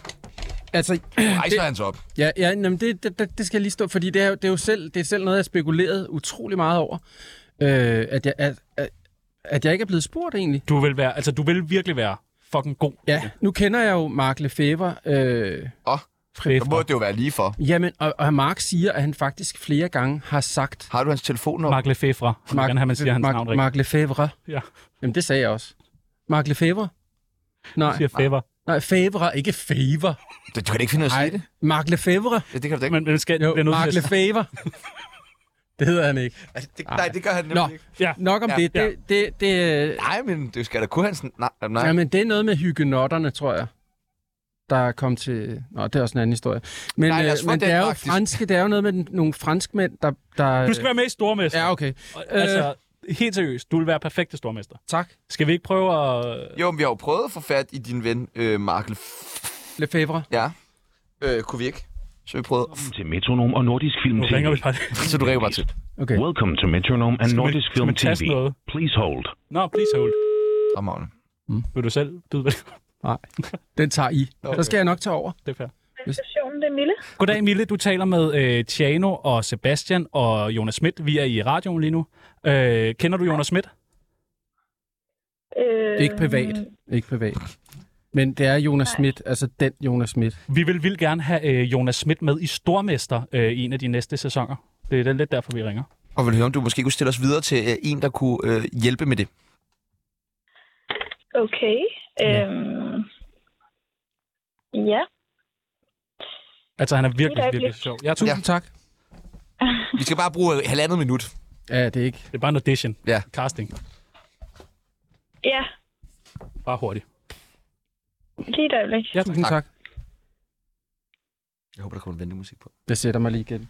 C: altså,
I: Rejser han sig op.
C: Ja, ja jamen det, det, det det skal jeg lige stå, fordi det er, jo- det er jo selv, det er selv noget, jeg spekulerede utrolig meget over. Øh, at, jeg, at, at, at jeg ikke er blevet spurgt egentlig.
B: Du vil, være, altså, du vil virkelig være fucking god.
C: Ja, nu kender jeg jo Mark Lefebvre. Øh,
A: Så må det jo være lige for.
C: jamen, og, og Mark siger, at han faktisk flere gange har sagt...
A: Har du hans telefonnummer?
B: Mark Lefebvre. Jeg vil gerne have, man siger hans
C: Mark,
B: navn rigtigt.
C: Mark Lefebvre.
B: Ja.
C: Jamen, det sagde jeg også. Mark Lefebvre? Nej,
B: siger Feber.
C: nej, Favre, ikke Favre.
A: Det, du kan da ikke finde ud af at sige det.
C: Mark Lefebvre.
A: Ja, det kan du da ikke.
B: Men, men skal,
C: Jo,
B: bliver nødt
C: Mark
B: til at-
C: Lefebvre. det hedder han ikke.
A: Altså, det, nej, det gør han
C: Nå,
A: nemlig ikke.
B: Ja.
C: nok om
A: Ja,
C: ja, det.
B: ja.
C: Det, det, det, øh,
A: Nej, men det skal da kunne hans... Nej, nej.
C: Jamen, det er noget med hyggenotterne, tror jeg, der er kommet til... Nå, det er også en anden historie. Men,
A: Nej, lad os
C: øh,
A: få
C: men
A: den,
C: det er jo
A: faktisk.
C: franske, det er jo noget med den, nogle franskmænd, der... der
B: Du skal være med i stormester.
C: Ja, okay.
B: Og- Altså, helt seriøst, du vil være perfekt til stormester.
C: Tak.
B: Skal vi ikke prøve at...
A: Jo, men vi har jo prøvet at få fat i din ven, øh, Markel.
C: Lefebvre.
A: Ja. Øh, kunne vi ikke? Så vi prøvede.
J: til Metronom og Nordisk Film
B: Nu
J: TV.
B: ringer vi bare.
A: Så du ringer bare til.
C: Okay.
J: Welcome to Metronom and
B: Skal man-
J: Nordisk
B: skal
J: Film
B: man
J: TV.
B: taste noget?
J: Please hold.
B: Nå, please hold.
A: Fremragende.
B: Vil du selv byde velkommen?
C: Den tager I. Så skal jeg nok tage over.
B: Det er fair.
K: Stationen, det er Mille.
B: Goddag, Mille. Du taler med øh, Tiano og Sebastian og Jonas Schmidt. Vi er i radioen lige nu. Øh, kender du Jonas Schmidt?
K: Øh,
C: Ikke privat. Ikke privat. Men det er Jonas Schmidt, altså den Jonas Schmidt.
B: Vi vil vildt gerne have øh, Jonas Schmidt med i stormester øh, i en af de næste sæsoner. Det er da lidt derfor, vi ringer.
A: Og vil høre, om du måske kunne stille os videre til øh, en, der kunne øh, hjælpe med det.
K: Okay. Øhm, ja.
B: Altså, han er virkelig,
K: Helt
B: virkelig
K: øjeblik.
B: sjov. Ja, tusind.
C: Tusind tak.
A: Vi skal bare bruge øh, halvandet minut.
C: Ja, det er ikke.
B: Det er bare en audition.
A: Ja.
B: Casting.
K: Ja,
B: Bare hurtigt.
K: lige et øjeblik.
B: Ja,
C: Tusind tak.
A: Jeg håber, der kommer venlig musik på.
C: Jeg sætter mig lige igen.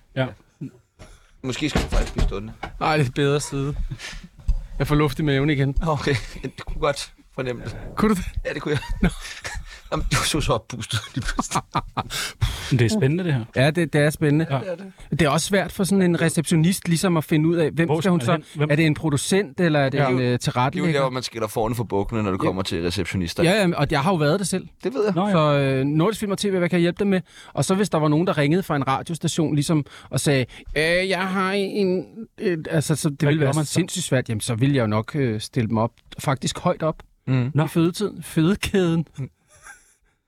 A: Måske skal du faktisk blive stående.
C: Nej, det er bedre side. Jeg får luft i maven igen.
A: Okay, det kunne godt fornemme det.
C: Kunne du det?
A: Ja, det kunne jeg. Jamen, du så så oppustet lige pludselig.
B: Men det er spændende, det her.
C: Ja, det, det er spændende.
B: Ja.
C: Ja. Det er også svært for sådan en receptionist ligesom at finde ud af, hvem
B: Hvor
C: skal hun
B: skal
C: så...
B: man hen? Hvem-
C: Er det en producent, eller er det
A: Ja.
C: ja. en uh,
A: Det er jo
C: tilrettelægger?
A: der, hvor man skal der foran for bukkene, når det kommer til receptionister.
C: Ja, ja, og jeg har jo været der selv.
A: Det ved jeg.
B: Nå, ja.
C: Så øh, Nordisk Film og TV, hvad kan jeg hjælpe dem med? Og så hvis der var nogen, der ringede fra en radiostation ligesom, og sagde, øh, jeg har en... Øh, altså, så det ville
B: gør
C: være
B: man
C: man
B: så?
C: sindssygt svært. Jamen, så ville jeg jo nok øh, stille dem op, faktisk højt op.
A: Mm.
C: I fødetiden. Fødekæden.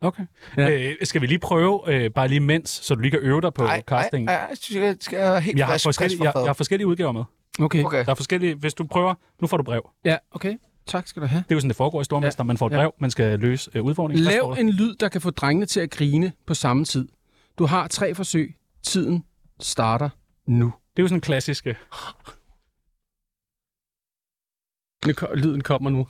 B: Okay.
C: Ja.
B: Øh, skal vi lige prøve, øh, bare lige mens, så du lige kan øve dig på
A: Ej, ej,
B: castingen?
A: ej, jeg synes, jeg skal være helt
B: Jeg har,
A: frisk, frisk
B: forskellige,
A: fra
B: jeg,
A: fadet.
B: jeg har forskellige udgaver med.
C: Okay.
A: Okay.
B: Der er forskellige, hvis du prøver, nu får du brev.
C: Ja, okay. Tak skal du have.
B: Det er jo sådan, det foregår i Stormester. Man får et
C: Ja.
B: brev, man skal løse øh, udfordringen. Hvad står
C: Lav
B: der?
C: en lyd, der kan få drengene til at grine på samme tid. Du har tre forsøg. Tiden starter nu.
B: Det er jo sådan en klassisk... øh,
C: Nu ko- Lyden kommer nu.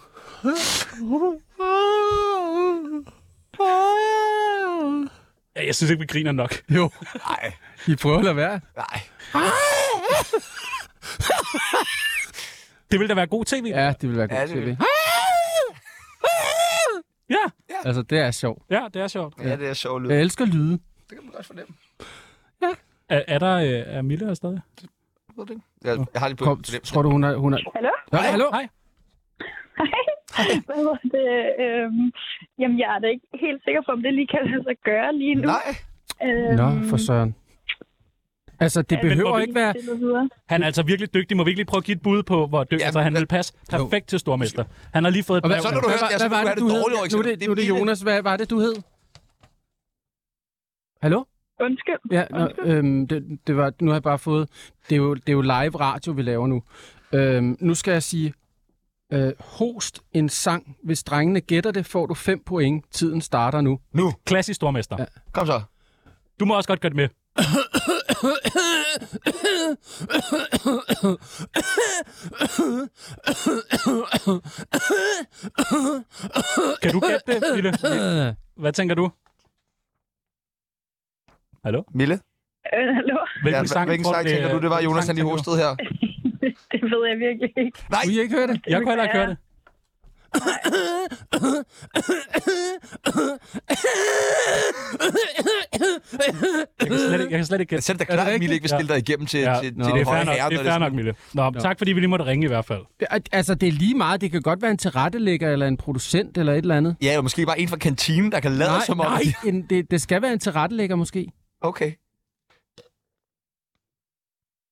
B: Ja, jeg synes ikke, vi griner nok.
C: Jo. Nej. I prøver at lade være.
A: Nej.
B: Det ville da være god tv. Ja,
C: Ja, det vil være godt
A: det vil
C: tv.
B: ja,
C: Altså, det er sjovt.
B: ja det er sjovt.
A: Ja, det er sjovt lyd.
C: Jeg elsker lyde.
A: Det kan man godt fornemme.
B: Er, er der øh, er Mille her stadig?
A: Ved du ikke? Jeg, jeg har lige på
C: Kom, tror du, hun er... Hun er...
K: Hallo?
C: Ja, hallo?
B: Hej.
K: Hvad hedder det? Øhm, jamen, jeg er da ikke helt sikker på, om det lige kan lade sig gøre lige nu.
A: Nej,
K: Øhm,
C: Nå, for søren. Altså, det
K: altså,
C: behøver
B: vi-
C: ikke være...
K: det er videre.
B: Han er altså virkelig dygtig. Må vi ikke lige prøve at give et bud på, hvor dygtig
A: Ja,
B: altså, han
A: men-
B: vil passe? Perfekt til stormester. Han har lige fået et
C: Og
B: brev.
C: hvad,
A: så når
B: nu.
A: du hører det,
C: hvad,
A: jeg
C: hvad
A: synes, du er
C: var det,
A: det
C: du hed?
A: dårlige
C: Nu er
A: eksempel.
C: det,
A: Det er
C: nu er det
A: Mille.
C: Jonas. Hvad var det, du hed? Hallo?
K: Undskyld.
C: Ja, nå, øhm, det, det var, nu har jeg bare fået... Det er jo, det er jo live radio, vi laver nu. Øhm, nu skal jeg sige... Øh, host en sang. Hvis drengene gætter det, får du 5 point. Tiden starter nu.
B: Klassisk stormester. Ja.
A: kom så.
B: Du må også godt gøre det med. kan du gætte det, Mille? Hvad tænker du? Hallo?
A: Mille,
K: Øh, hallo?
B: Hvilken
A: ja,
B: sang,
A: hvilken
B: tror øh,
A: sang tænker du, det var
B: hvilken
A: Jonas,
B: sang
A: han lige
B: tænker du?
A: hostede her?
K: Det ved jeg virkelig ikke.
A: Nej,
C: Kunne I ikke høre det?
B: Jeg kunne heller ikke høre det. Jeg kan slet ikke, jeg kan slet ikke gætte.
A: Selv da klart, Mille ikke vil stille dig igennem til, til, til
B: Nå, det
A: de
B: er
A: høje
B: fair
A: herrer. når
B: nok, det er
A: det
B: fair
A: sådan-
B: nok, Mille. Nå, tak fordi vi lige måtte ringe i hvert fald.
C: Al- Altså, det er lige meget. Det kan godt være en tilrettelægger, eller en producent, eller et eller andet.
A: Ja, eller måske bare en fra kantinen, der kan lade
C: nej,
A: som om...
C: nej en, det, det skal være en tilrettelægger, måske.
A: Okay.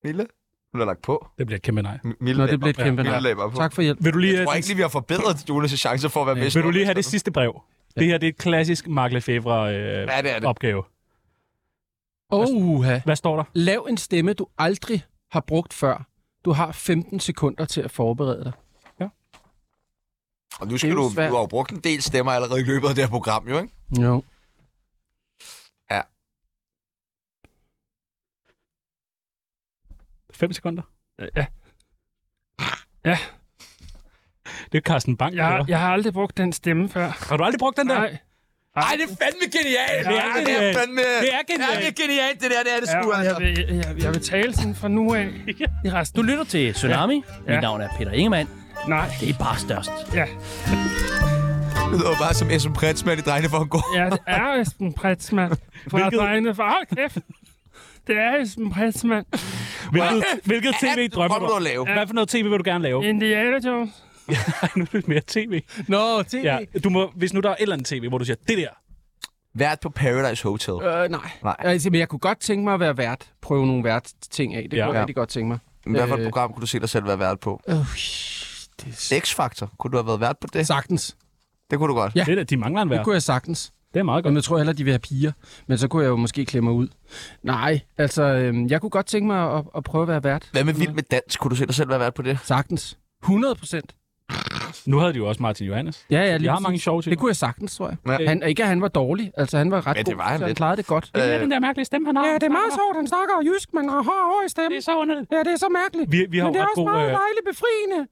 A: Mille? Hun har lagt på.
B: Det bliver et kæmpe nej.
A: M- Mille
C: Nå,
A: lagde
C: det bliver et
A: bare-
C: kæmpe
A: Mille
C: nej.
A: lagde bare på.
C: Tak for hjælp.
B: Vil du lige, øh,
A: Jeg tror ikke lige, vi har forbedret Jonas' chancer for at være bedst.
B: vil du lige have det sidste brev? Det her det er et klassisk Mark Lefebvre øh,
A: Ja, det er det.
B: opgave.
A: Altså,
C: Oha.
B: Hvad står der?
C: Lav en stemme, du aldrig har brugt før. Du har 15 sekunder til at forberede dig.
A: Og nu skal
C: Det er
A: du...
C: jo
A: Du
C: svært.
A: har jo brugt en del stemmer allerede i løbet af det her program, jo, ikke?
C: Jo.
A: Ja.
B: 5 sekunder? Ja. Ja. Det er Carsten Bang.
I: Jeg,
B: det
I: har-
B: der.
I: jeg har aldrig brugt den stemme før.
B: Har du aldrig brugt den der?
I: Nej.
F: Ej, det er fandme genialt!
B: Det er
F: Ja, det er
B: genialt.
F: fandme...
B: Det er genialt.
F: Ja, det er genialt, det der, det er det
I: Ja,
F: sgu,
I: og
F: altså.
I: jeg, vil, jeg, jeg vil tale sådan fra nu af i resten.
L: Du lytter til Tsunami. Ja. Mit navn er Peter Ingemann.
I: Nej,
L: Det er bare størst.
I: ja.
A: Det lyder bare som Esben Pretzmann i Drengene for en gård.
I: Ja, det er Esben Pretzmann fra
B: Hvilket-
I: Drengene for... Hold kæft! Det er Esben Pretzmann.
B: Hvilket, hvilket tv drømmer
A: drømmer du at lave?
B: Hvad for noget tv vil du gerne lave?
I: Indiana Jones.
B: Nej, nu er det mere tv.
C: Nå, tv.
B: Ja, du må, hvis nu der er et eller andet tv, hvor du siger, det der,
A: Vært på Paradise Hotel.
C: Øh, nej.
A: Nej.
C: Altså, men jeg kunne godt tænke mig at være vært. Prøve nogle vært ting af.
B: Ja.
C: Det ja. kunne jeg
A: Ja.
C: rigtig godt tænke mig.
A: Men Hvad for et
C: Øh.
A: program kunne du se dig selv være vært på?
C: Øh, det er
A: X-Factor. Kunne du have været vært på det?
C: sagtens.
A: Det kunne du godt.
C: Ja.
B: det der, de mangler en
C: Det
B: værd.
C: kunne jeg sagtens.
B: Det er meget godt.
C: Men jeg tror heller, de vil have piger. Men så kunne jeg jo måske klemme mig ud. Nej, altså, øhm, jeg kunne godt tænke mig at, at prøve at være vært.
A: Hvad med Vild med Dans? Kunne du se dig selv være vært på det?
C: Sagtens. 100 procent.
B: Nu havde de jo også Martin Johannes.
C: Ja, ja, lige
B: Jeg har
C: præcis.
B: mange sjove ting.
C: Det kunne jeg sagtens, tror jeg.
A: Ja.
C: Ja. Han, ikke at han var dårlig, altså han var ret
A: Ja, det
C: god,
A: var han
C: så
A: lidt.
C: han
A: Øh,
C: klarede det godt.
B: Det er den der mærkelige stemme, han har.
C: sjovt, han snakker jysk, men har høj
B: Det
C: stemme.
B: er så underligt.
C: Ja, det er så mærkeligt.
B: Vi- vi har Men det jo er ret også god, meget øh,
C: dejligt befriende.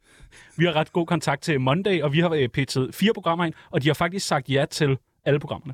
B: Vi har ret god kontakt til Monday, og vi har øh, pitchet fire programmer ind, og de har faktisk sagt ja til alle programmerne.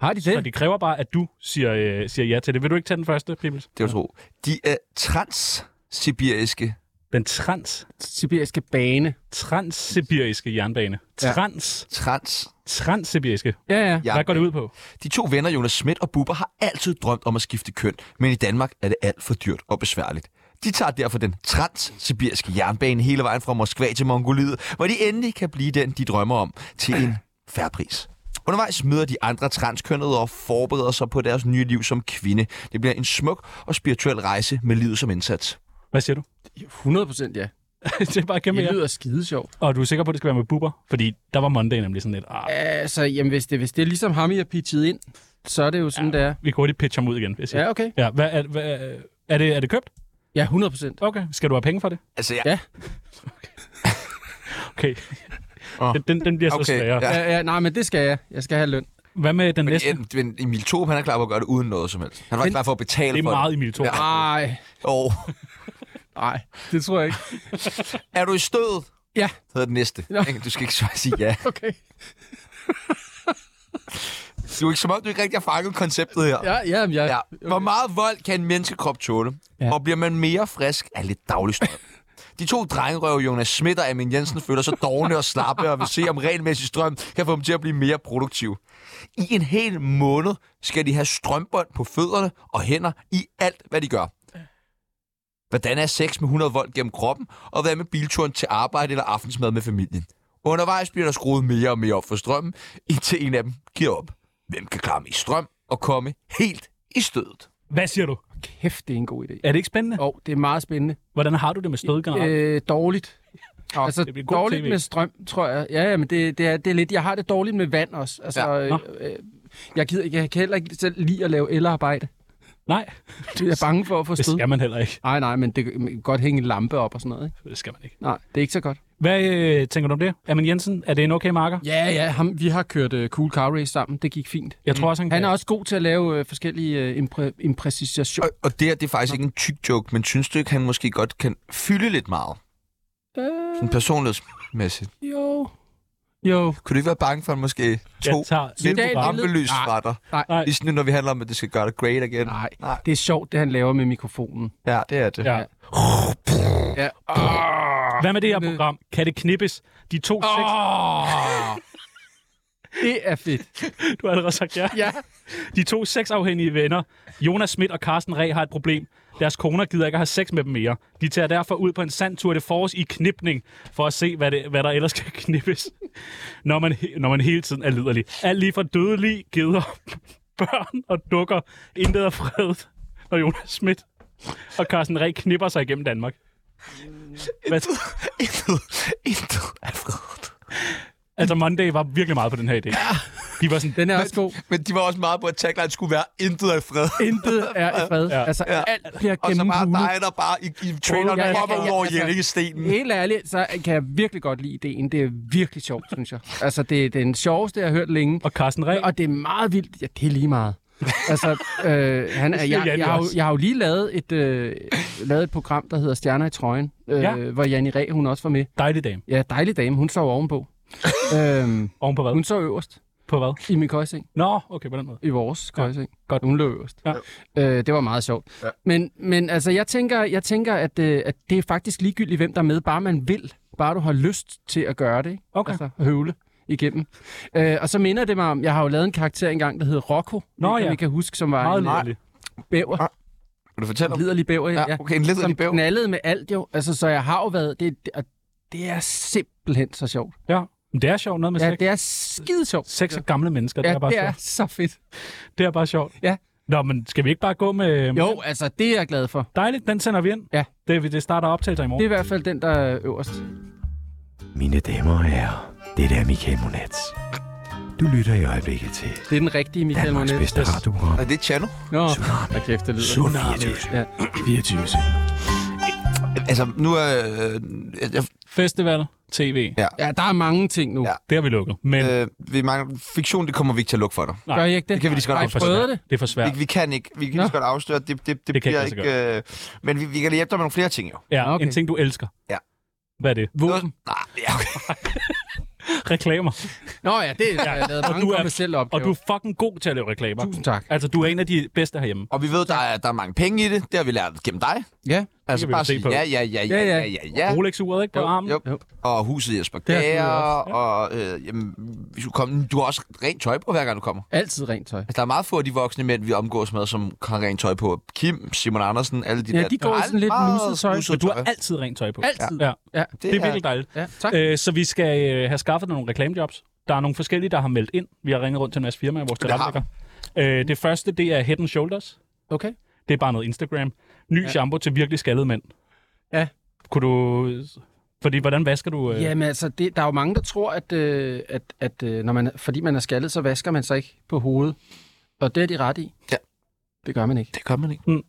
C: Har de det?
B: Så det kræver bare, at du siger, øh, siger ja til det. Vil du ikke tage den første, Pibels?
A: Det er jo tro. De er transsibiriske.
B: Den trans,
C: Sibiriske bane.
B: transsibiriske jernbane.
C: Ja.
B: Trans,
A: Trans.
B: transsibiriske.
C: Ja, ja.
B: Hvad går det ud på?
A: De to venner, Jonas Schmidt og Bubber, har altid drømt om at skifte køn, men i Danmark er det alt for dyrt og besværligt. De tager derfor den transsibiriske jernbane hele vejen fra Moskva til Mongoliet, hvor de endelig kan blive den, de drømmer om, til en færre pris. Undervejs møder de andre transkønnede og forbereder sig på deres nye liv som kvinde. Det bliver en smuk og spirituel rejse med livet som indsats.
B: Hvad siger du?
C: 100 procent ja.
B: det er bare kæmpe
C: Det
B: ja.
C: lyder skide sjovt.
B: Og du er sikker på, at det skal være med buber? Fordi der var Monday nemlig sådan lidt, ah,
C: Altså, jamen, hvis det, hvis det er ligesom ham, I har pitchet ind, så er det jo sådan, ja. det er.
B: vi kan hurtigt pitche ham ud igen, hvis jeg.
C: Ja, okay.
B: Ja, hvad, er, hvad, er- er, det, er det købt?
C: Ja, 100 procent.
B: Okay. Skal du have penge for det?
A: Altså, jeg,
C: Ja.
B: Okay.
A: Åh.
B: Den, den, den bliver så
A: Okay,
B: sværere.
A: ja.
B: Ja.
C: Ja, ja, nej, men det skal jeg. Jeg skal have løn.
B: Hvad med den næste?
A: men, men Emil Thorup, han er klar på at gøre det uden noget som helst. Han var ikke klar for at betale
B: Det er
A: for
B: meget Emil Thor. Ja.
C: Nej,
A: det. Og
C: nej, det tror jeg ikke.
A: er du i stødet?
C: Ja,
A: hedder den næste.
C: Nå.
A: Ikke? Du skal ikke svare sige ja.
C: okay.
A: Du er ikke som om, du ikke rigtig har fanget konceptet her.
C: Ja, ja, jamen, jeg,
A: Ja. Hvor meget vold kan en menneskekrop tåle? Ja.
C: Ja.
A: Og bliver man mere frisk af lidt daglig strøm? De to drengerøve, Jonas Schmidt og Amin Jensen, føler sig dogne og slappe og vil se, om regelmæssig strøm kan få dem til at blive mere produktive. I en hel måned skal de have strømbånd på fødderne og hænder i alt, hvad de gør. Hvordan er sex med 100 volt gennem kroppen, og hvad med bilturen til arbejde eller aftensmad med familien? Undervejs bliver der skruet mere og mere op for strømmen, indtil en af dem giver op. Hvem kan klare mest strøm og komme helt i stødet?
B: Hvad siger du?
C: kæft, det er en god idé.
B: Er det ikke spændende?
C: Og det er meget spændende.
B: Hvordan har du det med stød generelt?
C: Øh, dårligt. altså,
B: det bliver god
C: dårligt
B: TV.
C: med strøm, tror jeg. Ja, ja, men det, det, er, det er lidt... Jeg har det dårligt med vand også. Altså,
A: Ja.
C: ja.
B: Nå.
C: øh, øh, jeg, gider, ikke- jeg kan heller ikke selv lide at lave elarbejde.
B: Nej,
C: Jeg er bange for at få
B: det
C: stød.
B: skal man heller ikke.
C: Nej, nej, men det man kan godt hænge en lampe op og sådan noget. Ikke?
B: Det skal man ikke.
C: Nej, det er ikke så godt.
B: Hvad øh, tænker du om det? Amin Jensen, er det en okay marker?
C: Ja, ja, ham, vi har kørt uh, Cool Car Race sammen. Det gik fint.
B: Jeg tror også, han,
C: Mm. Han er
B: kan.
C: også god til at lave uh, forskellige uh, impre- imprecisationer.
A: Og, og det her, det er faktisk ikke en tyk joke, men synes du ikke, han måske godt kan fylde lidt meget?
C: Øh,
A: Sådan personlighedsmæssigt.
C: jo. Jo.
A: Kunne du ikke være bange for, at måske to
B: Jeg tager
A: lidt
C: Det er et
A: rampelys
C: billede.
A: fra dig?
C: Nej.
B: Nej.
A: Ligesom nu, når vi handler om, at det skal gøre dig great igen.
C: Nej.
A: Nej.
C: Det er sjovt, det han laver med mikrofonen.
A: Ja, det er det.
B: Ja.
C: Ja. Oh.
B: Hvad med det her program? Kan det knippes? De to oh. seks...
C: Det er fedt.
B: Du har allerede sagt ja.
C: ja.
B: De to sexafhængige venner, Jonas Schmidt og Carsten Reh, har et problem. Deres koner gider ikke at have sex med dem mere. De tager derfor ud på en sand tur det forårs i knipning, for at se, hvad, det, hvad der ellers kan knippes, når man, he- når man hele tiden er liderlig. Alt lige fra døde lig, geder, børn og dukker. Intet er fredet, når Jonas Schmidt og Carsten Reh knipper sig igennem Danmark. Hvad?
A: Intet, intet er fredet.
B: Altså, Monday var virkelig meget på den her idé. De var sådan,
C: den er også god.
A: Men de var også meget på, at tagline skulle være, intet er i fred.
C: Intet er i fred.
A: Ja.
C: Ja. Altså,
A: Ja.
C: ja. alt bliver
A: Og så bare
C: gennemhulet.
A: dig, der bare i, i traileren
C: Ja, ja, ja,
A: hopper
C: ja,
A: ud over
C: altså,
A: Jellingestenen.
C: Helt ærligt, så kan jeg virkelig godt lide ideen. Det er virkelig sjovt, synes jeg. Altså, det er den sjoveste, jeg har hørt længe.
B: Og Carsten Reh.
C: Og det er meget vildt. Ja, det er lige meget. altså, øh, han er,
B: Det
C: jeg,
B: siger
C: jeg,
B: Janni
C: jeg, har, jo-
B: også.
C: jeg har jo lige lavet et, øh, lavet et program, der hedder Stjerner i trøjen, øh,
B: Ja.
C: ja. hvor Janni Reh, hun også var med.
B: Dejlig dame.
C: Ja, dejlig dame. Hun sov ovenpå. øhm,
B: Oven på hvad?
C: Hun sov øverst.
B: På hvad?
C: I min køjseng.
B: Nå, okay, på den måde.
C: I vores køjseng. Ja,
B: godt.
C: Hun lå øverst.
B: Ja.
C: Øh, det var meget sjovt. Ja. Men, men altså, jeg tænker, jeg tænker at, øh, at det er faktisk ligegyldigt, hvem der er med, bare man vil. Bare du har lyst til at gøre det. ikke?
B: Okay.
C: Altså, høvle igennem. Øh, og så minder det mig om, jeg har jo lavet en karakter engang, der hedder Rocco.
B: Nå
C: Jeg
B: ja.
C: kan huske, som var
B: Meget Ah,
C: en øh,
B: liderlig.
C: bæver.
A: Vil du fortælle
C: om? Liderlig bæver, ja.
A: okay, en liderlig
C: som
A: bæver.
C: knaldede med alt jo. Altså, så jeg har jo været... Det, det, og det er simpelthen så sjovt.
B: Ja, men det er sjovt noget med
C: Ja,
B: sex.
C: det er skide sjovt.
B: Sex og gamle mennesker,
C: Ja,
B: det er bare
C: det er
B: sjovt.
C: så fedt.
B: Det er bare sjovt.
C: Ja.
B: Nå, men skal vi ikke bare gå med...
C: Jo, altså, det er jeg glad for.
B: Dejligt, den sender vi ind.
C: Ja.
B: Det, det starter optagelser i
C: Det er i
B: morgen.
C: hvert fald den, der er øverst.
M: Mine damer og herrer, det er Michael Monats. Du lytter i øjeblikket til
C: Det er den rigtige Michael
M: Danmarks
C: Monet.
M: bedste radioprogram.
A: Er det Chano?
C: Nå, Tsunami. kæft, det lyder.
M: Tsunami.
C: Ja.
M: 24.
A: Altså, nu er... Øh, jeg,
B: Festivaler, tv.
A: Ja.
C: ja, der er mange ting nu. Ja.
B: Det har vi lukket. Men
A: øh, vi mangler, fiktion, det kommer vi ikke til at lukke for dig.
C: Gør I ikke det?
A: Det kan vi lige så godt
C: Har I
A: afsløre.
C: prøvet det?
B: Det er for svært.
A: Vi, vi kan ikke. Vi kan lige så godt afsløre, det, det, det, det
B: kan
A: bliver
B: ikke
A: ikke... ikke
B: lade
A: øh, men vi, vi kan lige hjælpe dig med nogle flere ting, jo.
B: ja, okay. en ting, du elsker.
A: Ja.
B: Hvad er det?
C: Våben.
A: Nej, ja, okay.
B: Reklamer.
C: Nå ja, det er jeg lavet
B: Og
C: mange
B: du er-
C: kommersielle
B: Og
C: opgaver.
B: du er fucking god til at lave reklamer.
C: Tusind tak.
B: Altså, du er en af de bedste herhjemme.
A: Og vi ved, der er, der er mange penge i det. Det har vi lært gennem dig.
C: Ja.
A: Altså
B: vi jo
A: bare
B: se
A: sige
B: på.
A: ja, ja, ja, ja,
B: Ja, ja.
A: ja, ja, ja.
B: Rolex-uret, ikke? På armen.
A: Jo. jo. Og huset Jesper
C: Det har du
A: Gære,
C: også,
A: og øh, jamen, hvis du, kom, du har også rent tøj på, hver gang du kommer.
C: Altid rent tøj.
A: Altså, der er meget få af de voksne mænd, vi omgås med, som har rent tøj på. Kim, Simon Andersen, alle de
C: Ja,
A: der.
C: de går i sådan lidt nusset tøj.
B: Men du har altid rent tøj på.
C: Altid.
B: Ja.
C: Ja.
B: Det er virkelig dejligt.
C: Ja, tak.
B: Øh, så vi skal øh, have skaffet nogle reklamejobs. Der er nogle forskellige, der har meldt ind. Vi har ringet rundt til en masse firmaer, vores
A: Det har
B: tilrettelægger. Øh, det første, det er Head and Shoulders.
C: Okay.
B: Det er bare noget Instagram. Ny ja. shampoo til virkelig skaldede mænd.
C: Ja.
B: Kunne du... Fordi, hvordan vasker du... Øh...
C: Jamen altså, det, der er jo mange, der tror, at, øh, at, at øh, når man, fordi man er skaldet, så vasker man sig ikke på hovedet. Og det er de ret i.
A: Ja.
C: Det gør man ikke.
A: Det gør man ikke.
B: Mm.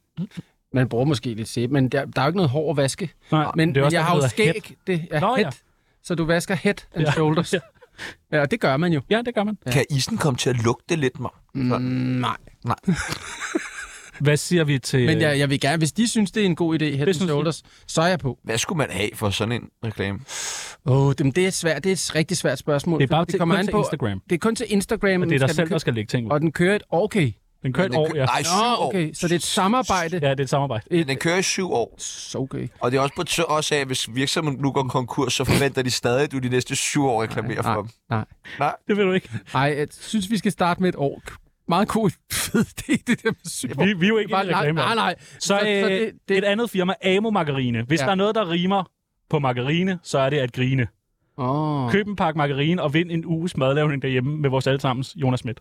C: Man bruger måske lidt sæbe, men der, der er jo ikke noget hår at vaske.
B: Nej,
C: Men,
B: det er
C: men
B: også
C: jeg
B: det,
C: har
B: der
C: jo
B: hedder
C: skæg. Det er
B: Nå,
C: Nå,
B: ja.
C: head. Så du vasker head and
B: Ja.
C: shoulders. Ja. ja, og det gør man jo.
B: Ja, det gør man.
A: Kan isen komme til at lugte lidt, Altså, mig?
C: Mm, nej.
A: Nej.
B: Hvad siger vi til...
C: Men jeg, jeg vil gerne, hvis de synes, det er en god idé, head and
B: synes vi.
C: shoulders, så er jeg på.
A: Hvad skulle man have for sådan en reklame?
C: Åh, oh, det, det er svært. Det er et rigtig svært spørgsmål.
B: Det er bare
C: fordi
B: til- kun til Instagram.
C: Det er kun til Instagram.
B: Og det er dig
C: den
B: selv,
C: kø-
B: der skal lægge ting ud.
C: Og den kører et okay.
B: Den kører et
A: Den
B: år,
A: kø-
B: ja.
A: Ej, syv
C: Nå,
A: år.
C: okay. Så det er et samarbejde.
B: Ja, det er et samarbejde.
C: Et,
A: Den kører i syv år.
C: så okay.
A: Og det er også på trods af, at hvis virksomheden nu går konkurs, så forventer de stadig, at du de næste syv år reklamerer for
C: Nej,
A: dem.
C: nej.
A: Nej,
B: Det vil du ikke.
C: Ej, jeg synes, vi skal starte med et år. Meget god fed idé, det der med syv år.
B: Vi, vi er jo ikke
C: Bare-
B: i reklame.
C: nej, nej, nej.
B: Så, øh, så det, det... et andet firma, Amo Margarine. Hvis ja.
C: Ja.
B: der er noget, der rimer på margarine, så er det at grine.
C: Oh.
B: Køb en pakke margarine og vind en uges madlavning derhjemme med vores allesammens Jonas Schmidt.